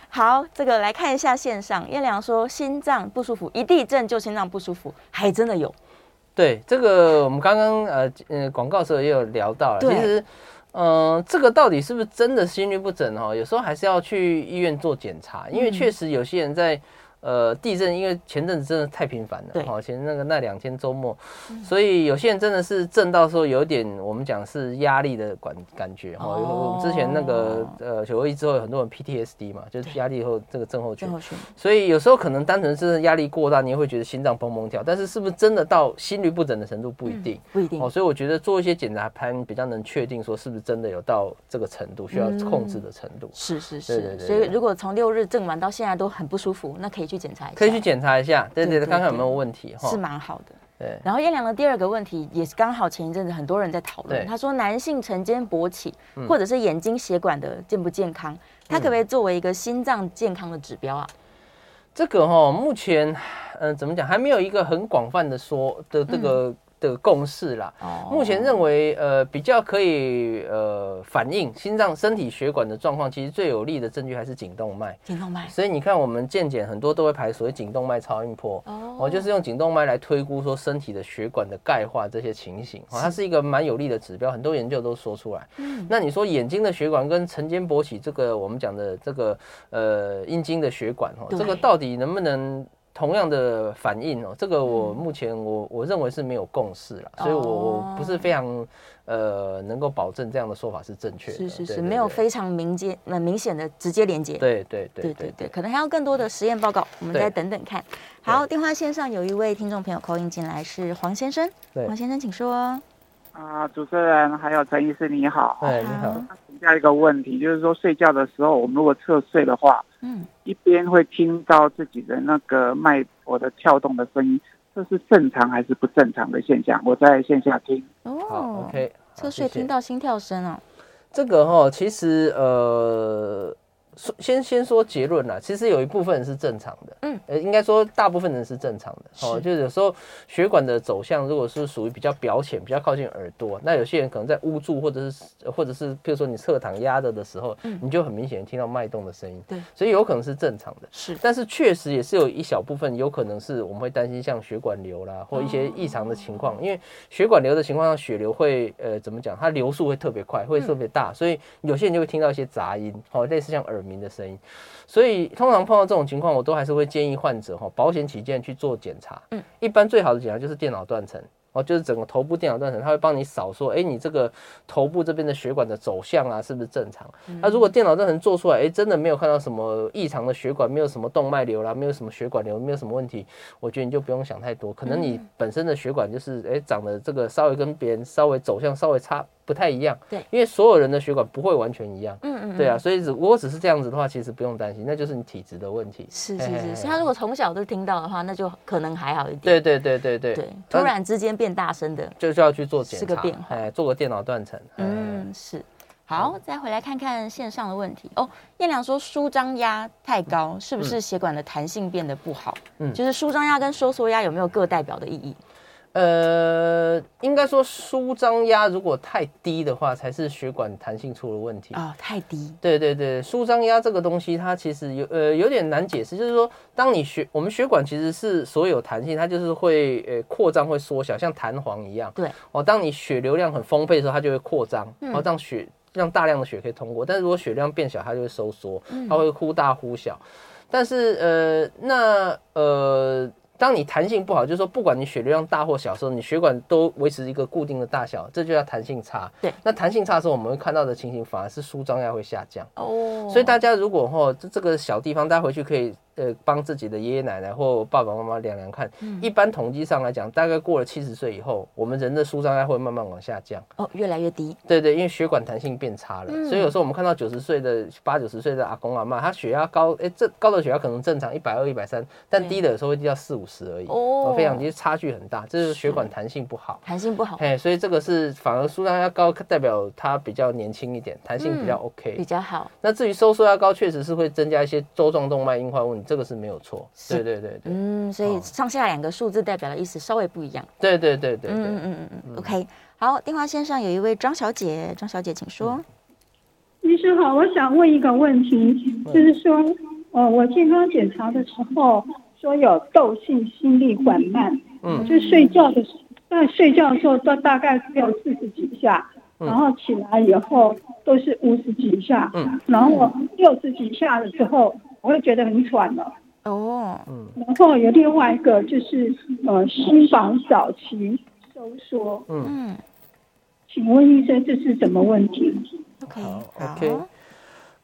S2: 好，这个来看一下线上，燕良说心脏不舒服，一地震就心脏不舒服，还真的有。
S3: 对这个，我们刚刚呃呃广告时候也有聊到了，
S2: 对
S3: 其实。嗯、这个到底是不是真的心律不整哦？有时候还是要去医院做检查，
S2: 嗯
S3: 因为确实有些人在呃地震，因为前阵子真的太频繁
S2: 对嗯
S3: 了，哦，前那个那两天周末，所以有些人真的是震到说有点我们讲是压力的感感觉哦。
S2: 哦
S3: 我们之前那个呃九二一之后，有很多人 PTSD 嘛，就是压力后这个症候群
S2: 最，后选
S3: 所以有时候可能单纯是压力过大，你也会觉得心脏砰砰跳，但是是不是真的到心律不整的程度不一定。
S2: 不一定
S3: 哦，所以我觉得做一些检查盘比较能确定说是不是真的有到这个程度需要控制的程度，
S2: 是是
S3: 对对
S2: 是，
S3: 对对
S2: 所以如果从六日震完到现在都很不舒服，那可以去检查一下，哦
S3: 可以去检查一下，对对
S2: 对
S3: 对，看看有没有问题
S2: 啊
S3: 哦
S2: 是蛮好的。
S3: 对
S2: 然后燕良的第二个问题也是刚好前一阵子很多人在讨论，
S3: 对嗯
S2: 他说男性晨间勃起、或者是眼睛血管的健不健康，它可不可以作为一个心脏健康的指标啊？
S3: 这个哈、目前嗯、怎么讲，还没有一个很广泛的说的这个、的共识啦。
S2: 嗯哦
S3: 目前认为，呃，比较可以呃反映心脏身体血管的状况，其实最有力的证据还是颈动脉。
S2: 颈动脉
S3: 所以你看，我们健检很多都会排所谓颈动脉超音波，
S2: 哦
S3: 哦，就是用颈动脉来推估说身体的血管的钙化这些情形，哦，它是一个蛮有力的指标，很多研究都说出来。
S2: 嗯
S3: 那你说眼睛的血管跟晨间勃起这个我们讲的这个呃阴茎的血管哦，
S2: 对
S3: 这个到底能不能？同样的反应哦，这个我
S2: 嗯
S3: 目前我我认为是没有共识
S2: 哦
S3: 了，所以我我不是非常呃能够保证这样的说法是正确的。
S2: 是是
S3: 对
S2: 是，
S3: 对
S2: 没有
S3: 对
S2: 非常明接呃明显的直接连接。
S3: 对对对
S2: 对对对，可能还要更多的实验报告，我们
S3: 对
S2: 再等等看。好，电话线上有一位听众朋友扣音进来，是黄先生，
S3: 对
S2: 黄先生请说。哦
S4: 啊，主持人还有陈医师你好，
S3: 哎，你好，
S4: 请教一个问题，就是说睡觉的时候，我们如果侧睡的话，
S2: 嗯，
S4: 一边会听到自己的那个脉搏的跳动的声音，这是正常还是不正常的现象？我在线下听。
S3: 好
S2: 哦，
S3: ，OK
S2: 侧
S3: 好。
S2: 睡
S3: 谢谢
S2: 听到心跳声哦，
S3: 这个哈，其实呃，说先先说结论啦，其实有一部分人是正常的，
S2: 嗯，
S3: 呃，应该说大部分人是正常的，哦，
S2: 是
S3: 就是有时候血管的走向如果是属于比较表浅、比较靠近耳朵，那有些人可能在捂住或者是呃或者是譬如说你侧躺压着的时候，你就很明显地听到脉动的声音，
S2: 嗯对，
S3: 所以有可能是正常的。
S2: 是
S3: 但是确实也是有一小部分有可能是我们会担心像血管瘤啦，或一些异常的情况，因为血管瘤的情况下，血流会呃怎么讲，它流速会特别快，会特别大，所以有些人就会听到一些杂音，哦，类似像耳鸣的声音。所以通常碰到这种情况，我都还是会建议患者哈、哦，保险起见去做检查。
S2: 嗯，
S3: 一般最好的检查就是电脑断层。哦，就是整个头部电脑断层，它会帮你扫说，哎，你这个头部这边的血管的走向啊，是不是正常？
S2: 嗯
S3: 那、如果电脑断层做出来，哎，真的没有看到什么异常的血管，没有什么动脉瘤啦，没有什么血管瘤，没有什么问题，我觉得你就不用想太多，可能
S2: 嗯
S3: 你本身的血管就是哎长得这个稍微跟别人稍微走向稍微差不太一样，
S2: 对
S3: 因为所有人的血管不会完全一样，
S2: 嗯嗯，
S3: 对
S2: 啊，
S3: 啊，所以只如果只是这样子的话，其实不用担心，那就是你体质的问题，
S2: 是
S3: 嘿
S2: 是
S3: 嘿嘿
S2: 是，所以他如果从小就听到的话，那就可能还好一点。
S3: 对对对对对
S2: 对，突
S3: 但
S2: 然之间变大声的，
S3: 就是要去做检
S2: 是
S3: 查，
S2: 个变化
S3: 哎，做个电脑断层，嗯，
S2: 嗯，是。好，再回来看看线上的问题哦。燕良说舒张压太高，是不是血管的弹性变得不好？嗯，
S3: 嗯
S2: 就是舒张压跟收缩压有没有各代表的意义？
S3: 哎呃，应该说舒张压如果太低的话，才是血管弹性出了问题。
S2: 哦，太低，
S3: 对对对，舒张压这个东西，它其实有呃有点难解释，就是说，当你血我们血管其实是所有弹性，它就是会呃扩张会缩小，像弹簧一样。
S2: 对，
S3: 哦，当你血流量很丰沛的时候，它就会扩张，然后让血让大量的血可以通过。但是如果血量变小，它就会收缩，它会忽大忽小。但是呃，那呃，当你弹性不好，就是说不管你血流量大或小的时候，你血管都维持一个固定的大小，这就叫弹性差。
S2: 对
S3: 那弹性差的时候，我们会看到的情形反而是舒张压会下降。
S2: 哦，
S3: 所以大家如果吼这这个小地方，大家回去可以呃帮自己的爷爷奶奶或爸爸妈妈量量看。
S2: 嗯
S3: 一般统计上来讲，大概过了七十岁以后，我们人的舒张压会慢慢往下降。
S2: 哦越来越低，
S3: 对对，因为血管弹性变差了，所以有时候我们看到九十岁的八九十岁的阿公阿妈，他血压高，哎，这高的血压可能正常一百二、一百三，但低的有时候会低到四五十而已，
S2: 哦
S3: 非常低，差距很大，这就是血管弹性不好。
S2: 弹性不好
S3: 哎，所以这个是反而舒张压高，代表他比较年轻一点，弹性比较 OK，、
S2: 嗯比较好。
S3: 那至于收缩压高，确实是会增加一些周状动脉硬化问题，这个是没有错。对对对对、哦
S2: 嗯，所以上下两个数字代表的意思稍微不一样。
S3: 对对对对
S2: 嗯嗯
S3: 对。
S2: 嗯嗯嗯，OK。好，电话线上有一位张小姐，张小姐请说。
S5: 医师好，我想问一个问题，
S3: 嗯
S5: 就是说，呃，我健康检查的时候说有窦性心律缓慢，
S3: 嗯，
S5: 就睡觉的时候，在睡觉的时候都大概只有四十几下，然后起来以后都是五十几下，
S3: 嗯，
S5: 然后六十几下的时候，我会觉得很喘了。
S3: 嗯
S2: 哦，
S5: 然后有另外一个就是呃，心房早期收缩，
S2: 嗯
S5: 请问医生这是什么问题？
S2: ，OK，
S3: 好，OK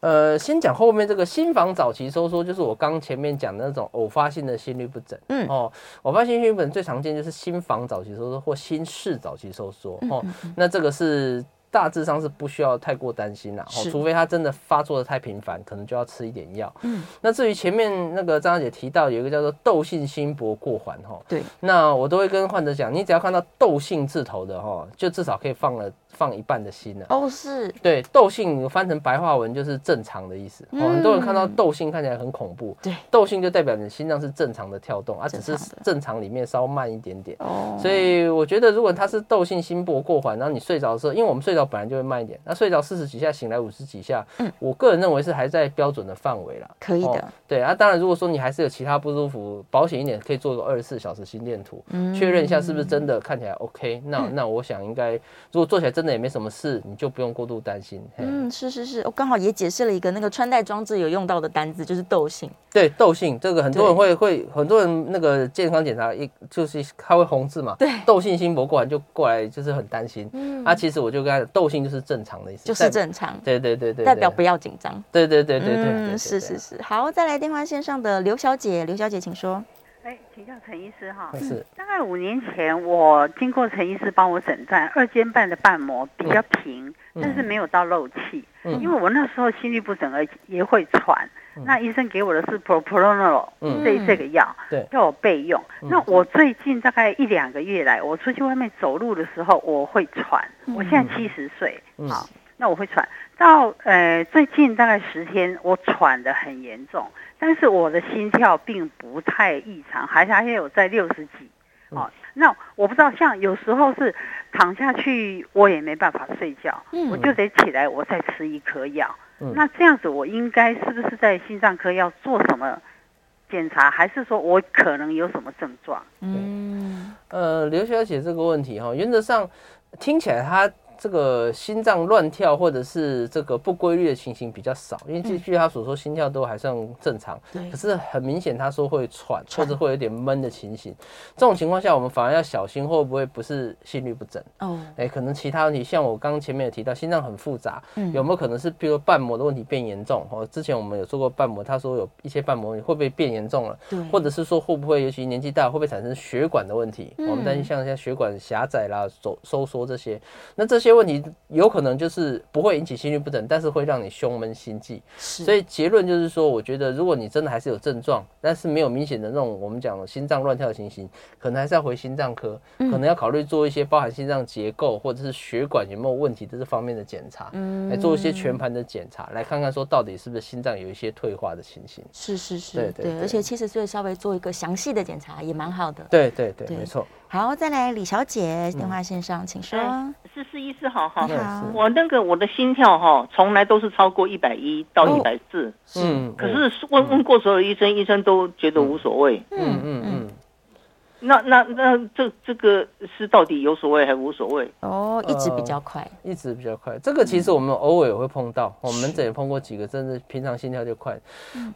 S3: 呃，先讲后面这个心房早期收缩，就是我刚前面讲的那种偶发性的心律不整。
S2: 嗯
S3: 哦，偶发性心律
S2: 嗯
S3: 不整最常见就是心房早期收缩或心室早期收缩。哦，那这个是大致上是不需要太过担心啦、哦，
S2: 是
S3: 除非它真的发作的太频繁，可能就要吃一点药。
S2: 嗯，
S3: 那至于前面那个张小姐提到有一个叫做窦性心搏过缓哈、哦，
S2: 对，
S3: 那我都会跟患者讲，你只要看到窦性字头的哈、哦，就至少可以放了放一半的心啊了、
S2: 哦，是，
S3: 对，窦性翻成白话文就是正常的意思。哦，很多人看到
S2: 嗯
S3: 窦性看起来很恐怖，
S2: 对，
S3: 窦性就代表你心脏是正常的跳动，啊，只是
S2: 正常的
S3: 正常里面稍慢一点点。
S2: 哦，
S3: 所以我觉得，如果他是窦性心搏过缓，然后你睡着的时候，因为我们睡着本来就会慢一点，那睡着四十几下，醒来五十几下，
S2: 嗯
S3: 我个人认为是还在标准的范围啦。
S2: 可以的，
S3: 对啊，当然如果说你还是有其他不舒服，保险一点可以做个二十四小时心电图，
S2: 嗯
S3: 确认一下是不是真的看起来 OK 那。那、我想应该，如果做起来真的也没什么事，你就不用过度担心。嘿
S2: 嗯，是是是，我刚好也解释了一个那个穿戴装置有用到的单字，就是斗性。
S3: 对，窦性这个很多人
S2: 对
S3: 会会很多人那个健康检查一就是他会红字嘛，
S2: 对
S3: 窦性心搏过来就过来就是很担心。嗯，啊，其实我就跟他讲，窦性就是正常的意思，
S2: 就是
S3: 代表。
S2: 正常，
S3: 对对对对，
S2: 代表不
S3: 对
S2: 要紧张。
S3: 对对对对对对，对
S2: 嗯，是是，是。好，再来电话线上的刘小姐，刘小姐请说。
S6: 哎，请教陈医师
S4: 哎
S6: 哈，
S2: 嗯
S3: 是
S6: 大概五年前我经过陈医师帮我诊断二尖瓣的瓣膜比较平，但是没有到漏气，
S3: 嗯
S6: 因为我那时候心律不整而也会喘，那医生给我的是 propranolol
S3: 嗯
S6: 这这个药，
S3: 对嗯
S6: 要我备用。那我最近大概一两个月来，我出去外面走路的时候我会喘，我现在七十岁，
S3: 嗯
S6: 好。那我会喘到呃最近大概十天，我喘得很严重，但是我的心跳并不太异常，还还有在六十几。
S3: 嗯
S6: 哦，那我不知道，像有时候是躺下去，我也没办法睡觉，我就得起来，我再吃一颗药。
S3: 嗯
S6: 那这样子，我应该是不是在心脏科要做什么检查，还是说我可能有什么症状？
S2: 嗯，
S3: 呃，刘小姐这个问题哈，原则上听起来她这个心脏乱跳或者是这个不规律的情形比较少，因为据据她所说，心跳都还算正常。
S2: 嗯对
S3: 可是很明显，她说会喘或者会有点闷的情形，这种情况下，我们反而要小心会不会不是心律不整。
S2: 哦，
S3: 哎，可能其他问题，像我刚刚前面有提到，心脏很复杂，
S2: 嗯
S3: 有没有可能是，比如瓣膜的问题变严重？哦，之前我们有做过瓣膜，他说有一些瓣膜会不会变严重了？
S2: 对，
S3: 或者是说会不会，尤其年纪大，会不会产生血管的问题？我们担心像像血管狭窄啦、收收缩这些，那这些问题有可能就是不会引起心律不整，但是会让你胸闷心悸。
S2: 是，
S3: 所以结论就是说，我觉得如果你真的还是有症状，但是没有明显的那种我们讲的心脏乱跳的情形，可能还是要回心脏科，可能要考虑做一些包含心脏结构或者是血管有没有问题的这方面的检查，来做一些全盘的检查，来看看说到底是不是心脏有一些退化的情形。
S2: 是是是，
S3: 对对对
S2: 而且七十岁稍微做一个详细的检查也蛮好的。
S3: 对对对，
S2: 对
S3: 没错。
S2: 好，再来李小
S3: 嗯
S2: 姐电话线上，请说。
S7: 哎是四一四好好
S3: 对，
S2: 好
S3: 是
S7: 我那个我的心跳哈、从来都是超过一百一到
S2: 哦
S7: 一百四，
S6: 哦
S3: 嗯，
S7: 可
S3: 嗯
S7: 是问问过所有医
S6: 嗯
S7: 生，医生都觉得无所谓。
S3: 嗯嗯嗯，
S7: 那那那这这个是到底有所谓还无所谓？
S2: 哦，一直比较快，
S3: 一直比较快。这个其实我们偶尔也会碰到，我们门诊也碰过几个，真的平常心跳就快。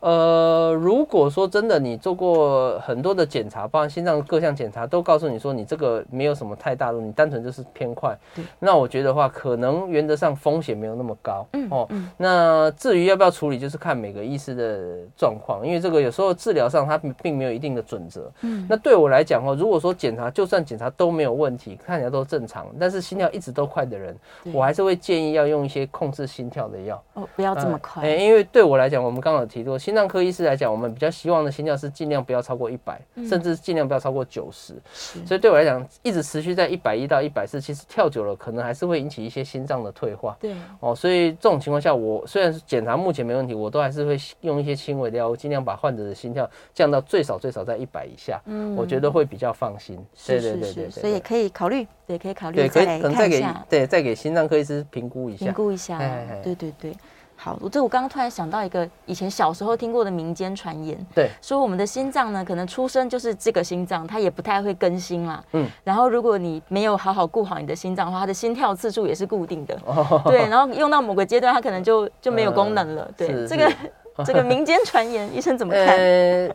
S3: 呃，如果说真的你做过很多的检查，包括心脏各项检查，都告诉你说你这个没有什么太大的问题，你单纯就是偏快。那我觉得话，可能原则上风险没有那么高。
S2: 嗯
S3: 哦，那至于要不要处理，就是看每个医师的状况，因为这个有时候治疗上它并没有一定的准则。嗯，那对我来讲哦，如果说检查就算检查都没有问题，看起来都正常，但是心跳一直都快的人，我还是会建议要用一些控制心跳的药。
S2: 哦，不要这么
S3: 哎、
S2: 快，
S3: 因为对我来讲，我们刚刚有提过，心脏科医师来讲，我们比较希望的心跳是尽量不要超过一百、
S2: 嗯
S3: 甚至尽量不要超过九十。所以对我来讲，一直持续在一百一到一百四，其实跳久了可能还是会引起一些心脏的退化。
S2: 对，
S3: 哦，所以这种情况下，我虽然是检查目前没问题，我都还是会用一些轻微的药物，尽量把患者的心跳降到最少最少在一百以下。嗯，我觉得会比较放心。
S2: 是
S3: 对对
S2: 是
S3: 对对
S2: 是，
S3: 对
S2: 所以可以考虑，对，可以考虑
S3: 对，可
S2: 再
S3: 以
S2: 来
S3: 可能再
S2: 看一
S3: 给
S2: 下，
S3: 对再给心脏科医师评估一下。
S2: 评估一下
S3: 哎哎哎，
S2: 对对对。好，我这我刚刚突然想到一个以前小时候听过的民间传言，
S3: 对，
S2: 说我们的心脏呢，可能出生就是这个心脏，它也不太会更新啦。
S3: 嗯，
S2: 然后如果你没有好好顾好你的心脏的话，它的心跳次数也是固定的。
S3: 哦
S2: 对，然后用到某个阶段，它可能就就没有功能了。
S3: 嗯
S2: 对，
S3: 是
S2: 这个
S3: 是
S2: 这个民间传言，医生怎么看？
S3: 呃，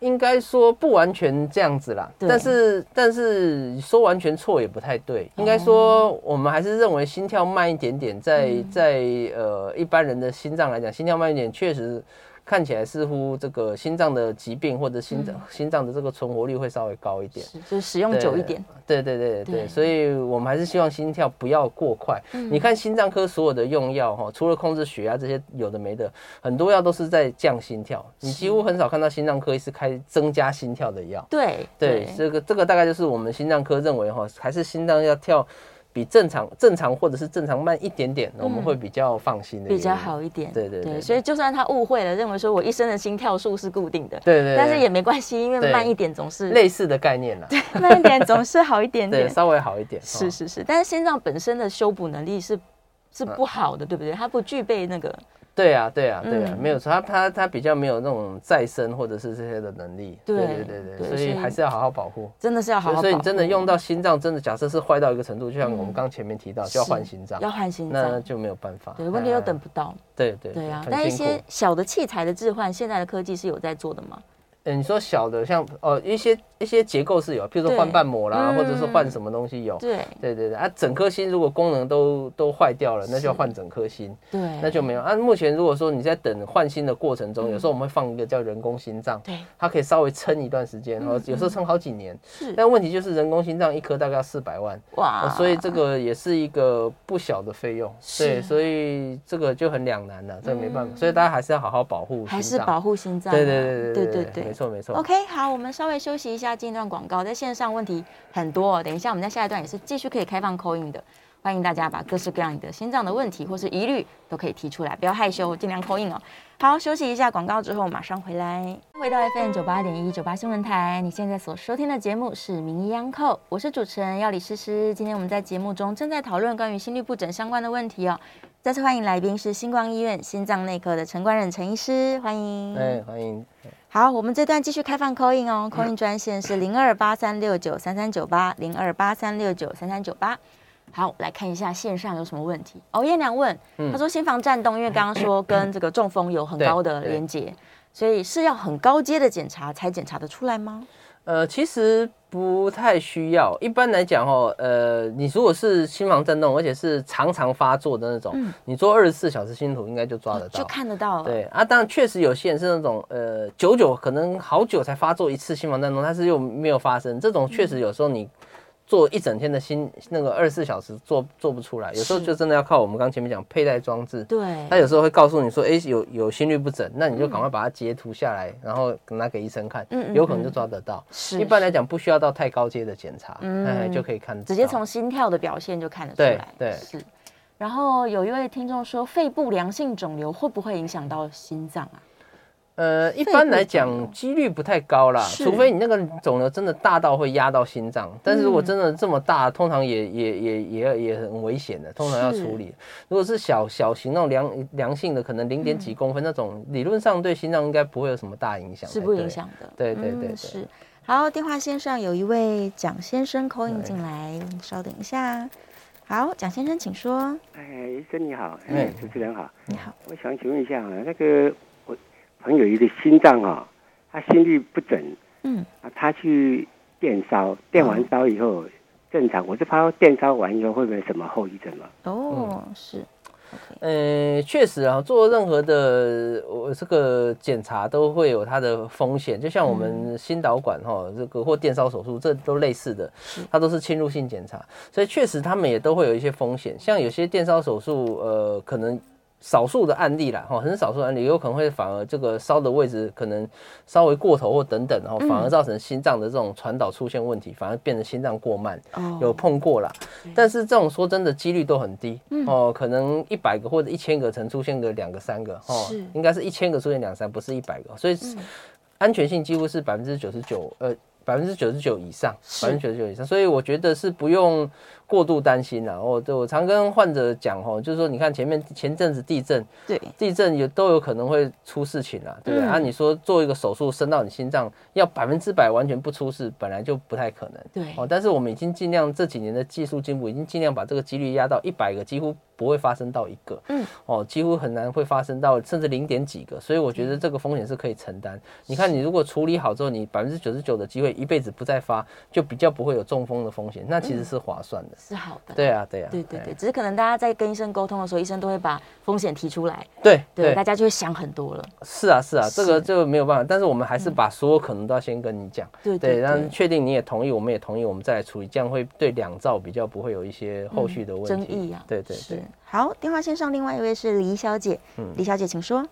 S3: 应该说不完全这样子啦，
S2: 对
S3: 但是但是说完全错也不太对，
S2: 哦
S3: 应该说我们还是认为
S2: 嗯
S3: 心跳慢一点点，在在呃一般人的心脏来讲，心跳慢一点确实。看起来似乎这个心脏的疾病或者心
S2: 嗯
S3: 脏、心脏的这个存活率会稍微高一点。
S2: 是就是使用久一点，
S3: 对对对对
S2: 对嗯
S3: 对，所以我们还是希望心跳不要过快。你看心脏科所有的用药哈，除了控制血压这些有的没的，很多药都是在降心跳，你几乎很少看到心脏科医师开增加心跳的药。
S2: 对
S3: 对，这个这个大概就是我们心脏科认为哈，还是心脏要跳比正常正常或者是正常慢一点点，我们会比较放心的，
S2: 嗯比较。好一点。
S3: 对对对
S2: 对，
S3: 对
S2: 所以就算他误会了，认为说我一生的心跳数是固定的，
S3: 对对对
S2: 但是也没关系，因为
S3: 对
S2: 慢一点总是
S3: 类似的概念啦，
S2: 慢一点总是好一点
S3: 对，
S2: 点。
S3: 稍微好一点。
S2: 是
S3: 哦
S2: 是是，但是心脏本身的修补能力是是不好的，对不对？它不具备那个
S3: 对啊，对啊，对啊
S2: 嗯，
S3: 没有错，他他他比较没有那种再生或者是这些的能力，
S2: 对
S3: 对对
S2: 对
S3: 对，所
S2: 所以
S3: 以还是要好好保护。
S2: 真的是要好
S3: 所以
S2: 好
S3: 所以你
S2: 保
S3: 真的
S2: 护嗯
S3: 用到心脏，真的假设是坏到一个程度，就像我们刚前面提到，就要换
S2: 是
S3: 心脏，
S2: 要换心
S3: 那
S2: 脏。
S3: 就没有办法。
S2: 对，问题
S3: 哎
S2: 又等不到，
S3: 对对
S2: 对啊。
S3: 很
S2: 但一
S3: 辛苦
S2: 些小的器材的置换，现在的科技是有在做的吗？
S3: 呃，你说小的像哦，一些一些结构是有，譬如说换
S2: 对
S3: 瓣膜啦，
S2: 嗯
S3: 或者是换什么东西有。
S2: 对
S3: 对对对啊，整颗心如果功能都都坏掉了，那就要换整颗心，
S2: 对，
S3: 那就没有啊。目前如果说你在等换心的过程中，有时候我们会放一个叫人工心脏，
S2: 嗯对嗯
S3: 它可以稍微撑一段时间，然后有时候撑好几年。
S2: 是
S3: 但问题就是人工心脏一颗大概要四百万，
S2: 哇
S3: 呃，所以这个也是一个不小的费用。对，所以这个就很两难了，这个没办法，所以大家还是要好好保护心脏。
S2: 嗯还是保护心脏啊。
S3: 对对对
S2: 对
S3: 对
S2: 对对，
S3: 没错没错。
S2: OK，好，我们稍微休息一下，进一段广告。在线上问题很多、哦，等一下我们在下一段也是继续可以开放口音的，欢迎大家把各式各样你的心脏的问题或是疑虑都可以提出来，不要害羞，尽量口音哦。好，休息一下广告之后马上回来。回到 FM 九八点一九八新闻台，你现在所收听的节目是《名医央叩》，我是主持人药理诗诗。今天我们在节目中正在讨论关于心律不整相关的问题哦。再次欢迎来宾是星光医院心脏内科的陈冠仁陈医师，欢迎。
S3: 哎，欢迎。
S2: 好，我们这段继续开放 call in
S3: 嗯
S2: 哦，call in 专线是零二八三六九三三九八零二八三六九三三九八。好，来看一下线上有什么问题。哦，燕良问，
S3: 嗯
S2: 他说心房颤动，因为刚刚说跟这个中风有很高的
S3: 对对
S2: 连接，所以是要很高阶的检查才检查得出来吗？
S3: 呃，其实不太需要。一般来讲哦，呃，你如果是心房震动，而且是常常发作的那种，你做二十四小时心图应该就抓得到。
S2: 嗯哦就看得到了。
S3: 对啊，当然确实有些人是那种呃，久久可能好久才发作一次心房颤动，但是又没有发生，这种确
S2: 嗯
S3: 实有时候你做一整天的心那个二十四小时做做不出来，有时候
S2: 是
S3: 就真的要靠我们刚前面讲佩戴装置。
S2: 对
S3: 他有时候会告诉你说，哎、有有心律不整，那你就赶快把它截图下来，然后拿给医生看，
S2: 嗯嗯
S3: 有可能就抓得到。
S2: 是
S3: 哎一般来讲不需要到太高阶的检查，
S2: 嗯
S3: 哎、就可以看得到
S2: 直接从心跳的表现就看得出
S3: 对
S2: 来。
S3: 对
S2: 是。然后有一位听众说，肺部良性肿瘤会不会影响到心脏啊？
S3: 呃，一
S2: 肺
S3: 般
S2: 部
S3: 来
S2: 肿瘤
S3: 讲几率不太高啦，
S2: 是
S3: 除非你那个肿瘤真的大到会压到心脏，但
S2: 嗯
S3: 是如果真的这么大，通常也也也也也很危险的，通常要
S2: 是
S3: 处理。如果是小小型那种良良性的，可能零点
S2: 嗯
S3: 几公分那种，理论上对心脏应该不会有什么大影响，哎
S2: 是不影。响的。
S3: 对对对对
S2: 嗯，是。好，电话线上有一位蒋先生口音进来，我们稍等一下。好，蒋先生，请说。
S8: 哎，医生你好，
S3: 哎
S8: 哎，主持人好，
S2: 你好，
S8: 我想请问一下啊，那个我朋友一个心脏啊，他心律不整，
S2: 嗯，
S8: 啊，他去电烧，电完烧以后、正常，我就怕电烧完以后会不会有什么后遗症嘛？
S2: 哦，
S3: 嗯
S2: 是
S3: 呃，确实啊，做任何的我这个检查都会有它的风险，就像我们心导管哈，这个或电烧手术，这都类似的，它都是侵入性检查，所以确实他们也都会有一些风险，像有些电烧手术，呃，可能。少数的案例啦，哈，很少数的案例有可能会反而这个烧的位置可能稍微过头或等等，然后反
S2: 嗯
S3: 而造成心脏的这种传导出现问题，反而变成心脏过慢。
S2: 哦，
S3: 有碰过啦，但是这种说真的几率都很低、
S2: 嗯
S3: 哦，可能一百个或者一千个曾出现个两个三个哦
S2: 是，嗯
S3: 应该是一千个出现两三，不是一百个，所以安全性几乎是百分之九十九呃。百分之九十九以上，
S2: 是
S3: 百分之九十九以上，所以我觉得是不用过度担心啦。我对我常跟患者讲哦，就是说，你看前面前阵子地震，
S2: 对，
S3: 地震也都有可能会出事情啦，对不
S2: 嗯
S3: 对？啊，你说做一个手术伸到你心脏，要百分之百完全不出事，本来就不太可能。
S2: 对
S3: 哦，但是我们已经尽量这几年的技术进步，已经尽量把这个几率压到一百个，几乎不会发生到一个。
S2: 嗯，
S3: 哦，几乎很难会发生到甚至零点几个，所以我觉得这个风险是可以承担。你看，你如果处理好
S2: 嗯
S3: 之后，你百分之九十九的机会一辈子不再发，就比较不会有中风的风险，那其实是划算的。
S2: 是好的。
S3: 对啊，对啊，
S2: 对对
S3: 哎
S2: 对，只是可能大家在跟医生沟通的时候，医生都会把风险提出来，
S3: 对
S2: 对，
S3: 对
S2: 大家就会想很多了。
S3: 是啊，是啊，这个
S2: 是嗯
S3: 这个没有办法，但是我们还是把所有可能都要先跟你讲，
S2: 对对对
S3: 对，让确定你也同意，我们也同意，我们再来处理，这样会对两造比较不会有一些后续的问
S2: 嗯争
S3: 题。
S2: 议啊，
S3: 对对
S2: 是
S3: 对，。
S2: 好，电话线上另外一位是黎小姐，
S3: 嗯
S2: 李小姐，请说。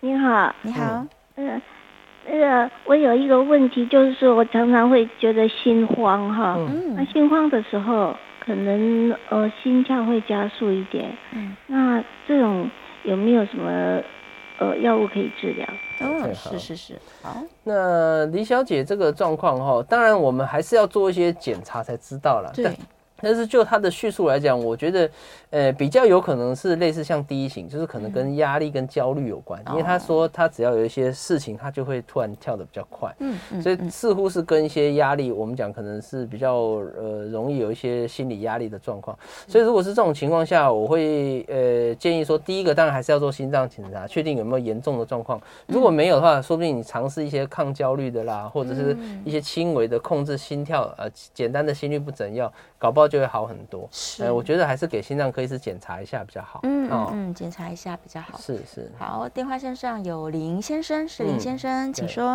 S9: 你好，
S2: 你好
S3: 嗯，
S9: 嗯，那个呃我有一个问题，就是说我常常会觉得心慌哈，
S3: 嗯
S9: 那
S2: 嗯
S9: 心慌的时候，可能呃心跳会加速一点，
S2: 嗯，
S9: 那这种有没有什么呃药物可以治疗？
S10: 嗯
S2: 哦，
S3: OK，
S2: 是
S3: 好
S2: 是是，好，
S3: 那李小姐这个状况哈，当然我们还是要做一些检查才知道啦。但
S2: 对，
S3: 但是就他的叙述来讲，我觉得，呃，比较有可能是类似像第一型，就是可能跟压力跟焦虑有关，因为他说他只要有一些事情，他就会突然跳得比较快，
S2: 嗯嗯，
S3: 所以
S2: 嗯
S3: 似乎是跟一些压力，我们讲可能是比较呃容易有一些心理压力的状况。
S2: 嗯
S3: 所以如果是这种情况下，我会呃建议说，第一个当然还是要做心脏检查，确定有没有严重的状况。
S2: 嗯
S3: 如果没有的话，说不定你尝试一些抗焦虑的啦，或者是
S2: 嗯
S3: 一些轻微的控制心跳呃简单的心律不整药，搞不好就会好很多。
S2: 是
S3: 哎，我觉得还是给心脏科医师检查一下比较好。
S2: 嗯嗯
S3: 哦，
S2: 嗯，检查一下比较好。
S3: 是是，
S2: 好，电话线上有林先生，是林
S3: 嗯
S2: 先生，请
S3: 对
S2: 说。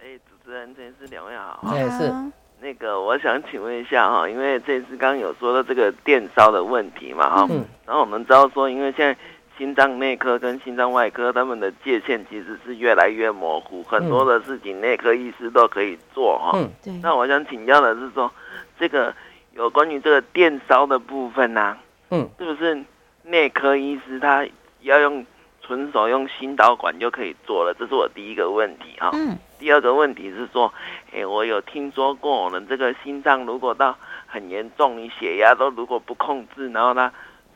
S10: 哎，主持人，这是两位好。
S2: 你
S3: 哎
S2: 好，
S3: 是
S10: 那个，我想请问一下哈，因为这次刚有说到这个电烧的问题嘛哈，
S3: 嗯
S10: 然后我们知道说，因为现在心脏内科跟心脏外科他们的界限其实是越来越模糊，很多的事情内科医师都可以做哈。
S3: 嗯
S2: 对，
S10: 那我想请教的是说，这个有关于这个电烧的部分呢、
S3: 嗯，
S10: 是不是内科医师他要用纯手用心导管就可以做了？这是我第一个问题啊。
S2: 嗯
S10: 第二个问题是说，诶，我有听说过，我们这个心脏如果到很严重，你血压都如果不控制，然后呢，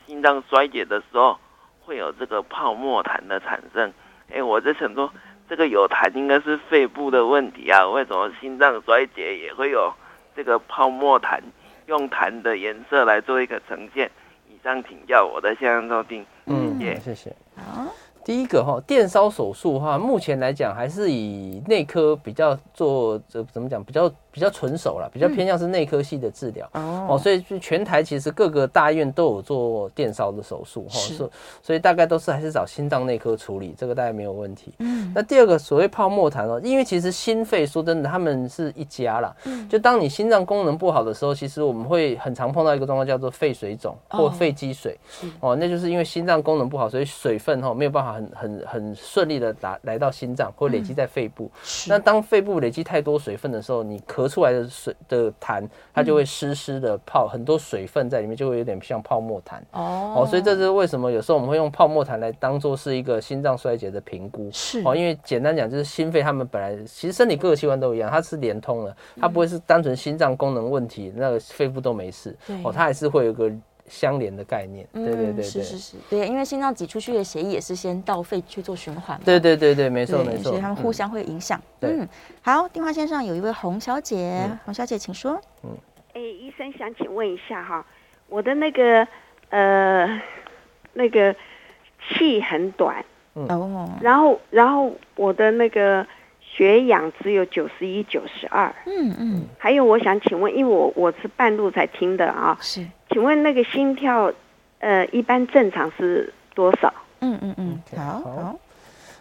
S10: 心脏衰竭的时候会有这个泡沫痰的产生。诶，我在想说，这个有痰应该是肺部的问题啊，为什么心脏衰竭也会有这个泡沫痰？用痰的颜色来做一个呈现。以上请教，我在线上收听。
S3: 嗯
S10: 谢谢，
S3: 谢谢。
S2: 好，
S3: 第一个哈，电烧手术哈，目前来讲还是以内科比较做，这怎么讲，比较比较纯熟啦，比较偏向是内科系的治疗。哦，
S2: 哦，
S3: 所以就全台其实各个大医院都有做电烧的手术哈，
S2: 是
S3: 所所以大概都是还是找心脏内科处理，这个大概没有问题。
S2: 嗯
S3: 那第二个所谓泡沫痰哦，因为其实心肺说真的，他们是一家啦。
S2: 嗯
S3: 就当你心脏功能不好的时候，其实我们会很常碰到一个状况叫做肺水肿
S2: 哦
S3: 或肺积水。哦，那就是因为心脏功能不好，所以水分哈、没有办法很很很顺利的来来到心脏，或累积在肺部。
S2: 嗯是
S3: 那当肺部累积太多水分的时候，你咳出来的水的痰，它就
S2: 嗯
S3: 会湿湿的泡，很多水分在里面，就会有点像泡沫痰。
S2: 哦
S3: 哦，所以这是为什么有时候我们会用泡沫痰来当做是一个心脏衰竭的评估。
S2: 是
S3: 哦，因为简单讲就是心肺，他们本来其实身体各个器官都一样，它是连通的，它
S2: 嗯
S3: 不会是单纯心脏功能问题，那个肺部都没事
S2: 对。
S3: 哦，它还是会有一个相连的概念。对对对
S2: 嗯
S3: 对。
S2: 是是是，对，因为心脏挤出去的血液也是先到肺去做循环嘛，
S3: 对对对对，没错
S2: 对
S3: 没错，
S2: 所以他们
S3: 嗯
S2: 互相会影响。
S3: 对
S2: 嗯，好，电话线上有一位洪小姐，
S3: 嗯
S2: 洪小姐，请说。
S11: 哎，医生想请问一下哈，我的那个呃那个气很短，
S3: 嗯
S2: 哦，
S11: 然后然后我的那个血氧只有九十一、九十二，
S2: 嗯嗯，
S11: 还有我想请问，因为我我是半路才听的啊，
S2: 是，
S11: 请问那个心跳呃一般正常是多少？
S2: 嗯嗯嗯，
S3: OK，
S2: 好
S3: 好
S2: 好，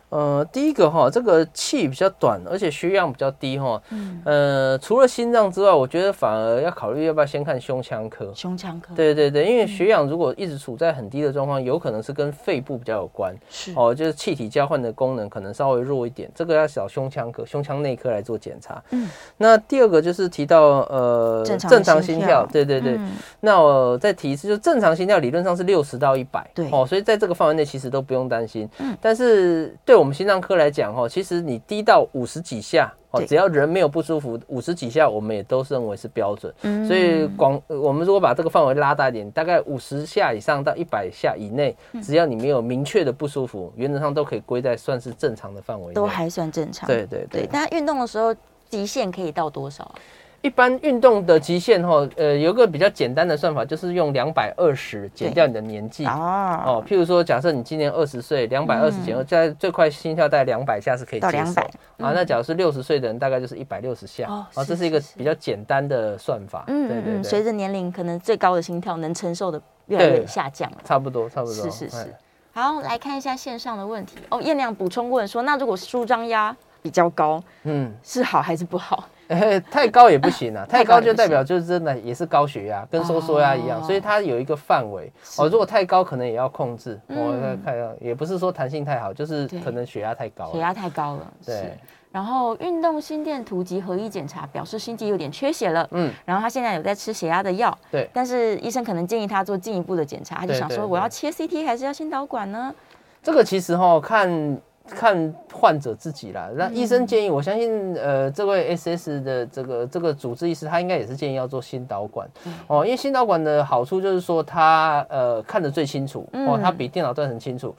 S3: 呃，第一个哈，这个气比较短，而且血氧比较低哈。
S2: 嗯
S3: 呃，除了心脏之外，我觉得反而要考虑要不要先看胸腔科。
S2: 胸腔嗯科，，
S3: 对对对，因为血氧如果一直处在很低的状况，有可能是跟肺部比较有关
S2: 是，
S3: 哦，就是气体交换的功能可能稍微弱一点，这个要找胸腔科、胸腔内科来做检查。
S2: 嗯，
S3: 那第二个就是提到呃
S2: 正常的
S3: 正常
S2: 心
S3: 心
S2: 跳
S3: 跳，对对对，
S2: 嗯
S3: 那我再提一次，就正常心跳理论上是六十到一百，
S2: 对
S3: 哦，所以在这个范围内其实都不用担心。
S2: 嗯
S3: 但是对我们心脏科来讲，哦，其实你低到五十几下，哦，
S2: 对
S3: 只要人没有不舒服，五十几下我们也都认为是标准。
S2: 嗯
S3: 所以广，呃我们如果把这个范围拉大一点，大概五十下以上到一百下以内，
S2: 嗯
S3: 只要你没有明确的不舒服，原则上都可以归在算是正常的范围内。
S2: 都还算正常。
S3: 对对
S2: 对，
S3: 对。
S2: 但运动的时候极限可以到多少啊？
S3: 一般运动的极限哈，呃，有一个比较简单的算法，就是用两百二十减掉你的年纪
S2: 啊
S3: 哦。譬如说，假设你今年二十岁，两百二十减二，在最快心跳在两百下是可以
S2: 嗯到
S3: 接
S2: 200
S3: 受啊。那假如是六十岁的人，大概就是一百六十下
S2: 哦
S3: 啊
S2: 是。
S3: 这是一个比较简单的算法，对
S2: 嗯嗯
S3: 对
S2: 嗯，随
S3: 对，
S2: 着年龄，可能最高的心跳能承受的越来越
S3: 对
S2: 下降了。
S3: 差不多差不多。
S2: 是是是
S3: 哎。
S2: 好，来看一下线上的问题哦。燕良补充问说，那如果舒张压比较高，
S3: 嗯，
S2: 是好还是不好？
S3: 哎 太高也不行啊，太
S2: 太高
S3: 高
S2: 也
S3: 就
S2: 不
S3: 代表就是真的也是高血压，跟收缩压一样，所以它有一个范围哦。如果太高，可能也要控制。我再看一下，也不是说弹性太好，就是可能血压太高了。
S2: 血压太高了，是
S3: 对。
S2: 然后运动心电图及合一检查表示心肌有点缺血了，嗯
S3: 嗯，
S2: 然后他现在有在吃血压的药，
S3: 对
S2: 但是医生可能建议他做进一步的检查，他就
S3: 对
S2: 想
S3: 对
S2: 说
S3: 对
S2: 我要切 CT 还是要心导管呢？
S3: 这个其实哈，看看患者自己啦。那医生建议，我相信呃，这位 SS 的这个这个主治医师，他应该也是建议要做心导管哦，因为心导管的好处就是说它呃看得最清楚哦
S12: 嗯，
S3: 它比电脑断层清楚，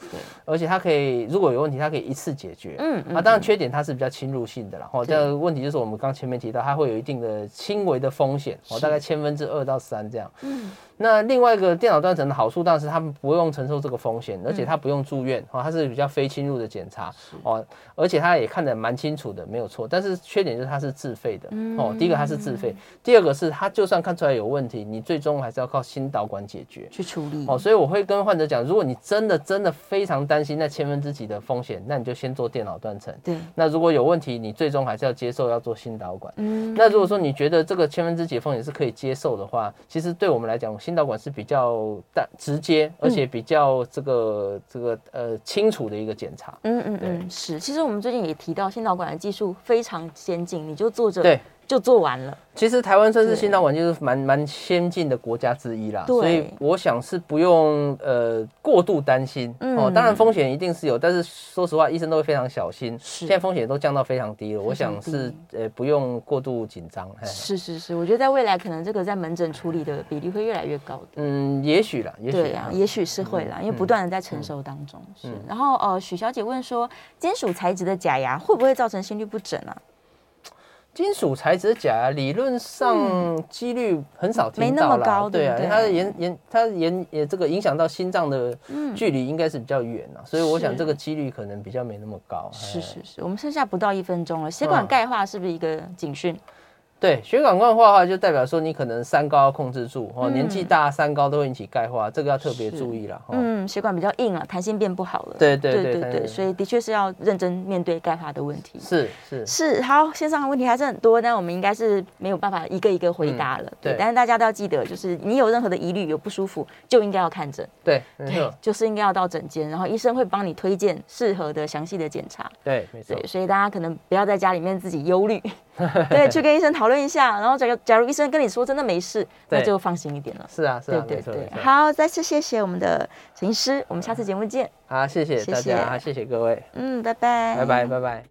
S3: 而且它可以如果有问题，它可以一次解决。
S12: 嗯嗯
S3: 啊，当然缺点它是比较侵入性的啦。哦，这个问题就是我们刚前面提到，它会有一定的轻微的风险哦，
S12: 是
S3: 大概千分之二到三这样。
S2: 嗯，
S3: 那另外一个电脑断层的好处当然是他们不用承受这个风险，而
S12: 嗯
S3: 且他不用住院哦，它是比较非侵入的检查哦，而且他也看得蛮清楚的，没有错。但是缺点就是它是自费的哦
S12: 嗯，
S3: 第一个它是自费，第二个是它就算看出来有问题，你最终还是要靠心导管解决
S2: 去处理
S3: 哦。所以我会跟患者讲，如果你真的真的非常担心那千分之几的风险，那你就先做电脑断层。
S2: 对，
S3: 那如果有问题，你最终还是要接受要做心导管。
S2: 嗯
S3: 那如果说你觉得这个千分之几风险是可以接受的话，其实对我们来讲，心导管是比较大、直
S2: 嗯
S3: 接，而且比较这个、这个呃清楚的一个检查。
S2: 嗯嗯嗯，是。其实我们最近也提到，心导管的技术非常先进，你就坐着
S3: 对
S2: 就做完了。
S3: 其实台湾算是
S2: 对
S3: 心导管就是蛮蛮先进的国家之一啦，
S2: 对
S3: 所以我想是不用呃过度担心、哦。
S12: 嗯
S3: 当然风险一定是有，但是说实话，医生都会非常小心。
S2: 是
S3: 现在风险都降到非常低了，我
S2: 非常
S3: 想是呃不用过度紧张。嘿
S2: 是是是，我觉得在未来可能这个在门诊处理的比例会越来越高的。
S3: 嗯，也许啦，也许
S2: 对呀、
S3: 啦
S2: 也许是会啦，因为不
S3: 嗯
S2: 断的在成熟当中。是
S3: 嗯，
S2: 然后呃，许小姐问说，金属材质的假牙会不会造成心律不整啊？
S3: 金属材质的假牙理论上几率很少
S2: 嗯没
S3: 听
S2: 那
S3: 到
S2: 么
S3: 啦，
S2: 高
S3: 对啊
S2: 对，不
S3: 它的
S2: 对
S3: 延延它的延也这个影响到心脏的
S2: 嗯
S3: 距离应该是比较远啊，所以我想
S2: 是
S3: 这个几率可能比较没那么高。
S2: 是
S3: 哎
S2: 是是，我们剩下不到一分钟了，血管
S3: 嗯
S2: 钙化是不是一个警讯？
S3: 哦对，血管钙化的话，就代表说你可能三高要控制住哦，年纪
S2: 嗯
S3: 大三高都会引起钙化，这个要特别
S2: 是
S3: 注意啦。哦
S2: 嗯，血管比较硬了，弹性变不好了。
S3: 对对对
S2: 对
S3: 弹
S2: 对，
S3: 性
S2: 所以的确是要认真面对钙化的问题。
S3: 是是
S2: 是，好，线上的问题还是很多，但我们应该是没有办法一个一个回答了。对，
S3: 嗯对
S2: 但是大家都要记得，就是你有任何的疑虑、有不舒服，就应该要看诊。
S3: 对，没
S2: 对
S3: 错，，
S2: 就是应该要到诊间，然后医生会帮你推荐适合的详细的检查。
S3: 对，没错
S2: 对，，所以大家可能不要在家里面自己忧虑， 对，去跟医生讨论一下。然后假如假如医生跟你说真的没事，那
S3: 对
S2: 就放心一点了。
S3: 是啊是
S2: 对
S3: 啊，
S2: 对
S3: 没错没
S2: 对，
S3: 错。
S2: 好，再次谢谢我们的陈医师，我们下次节目见。
S3: 好，谢谢
S2: 谢
S3: 大
S2: 谢
S3: 家，谢谢各位，
S2: 嗯，拜拜，
S3: 拜拜拜拜。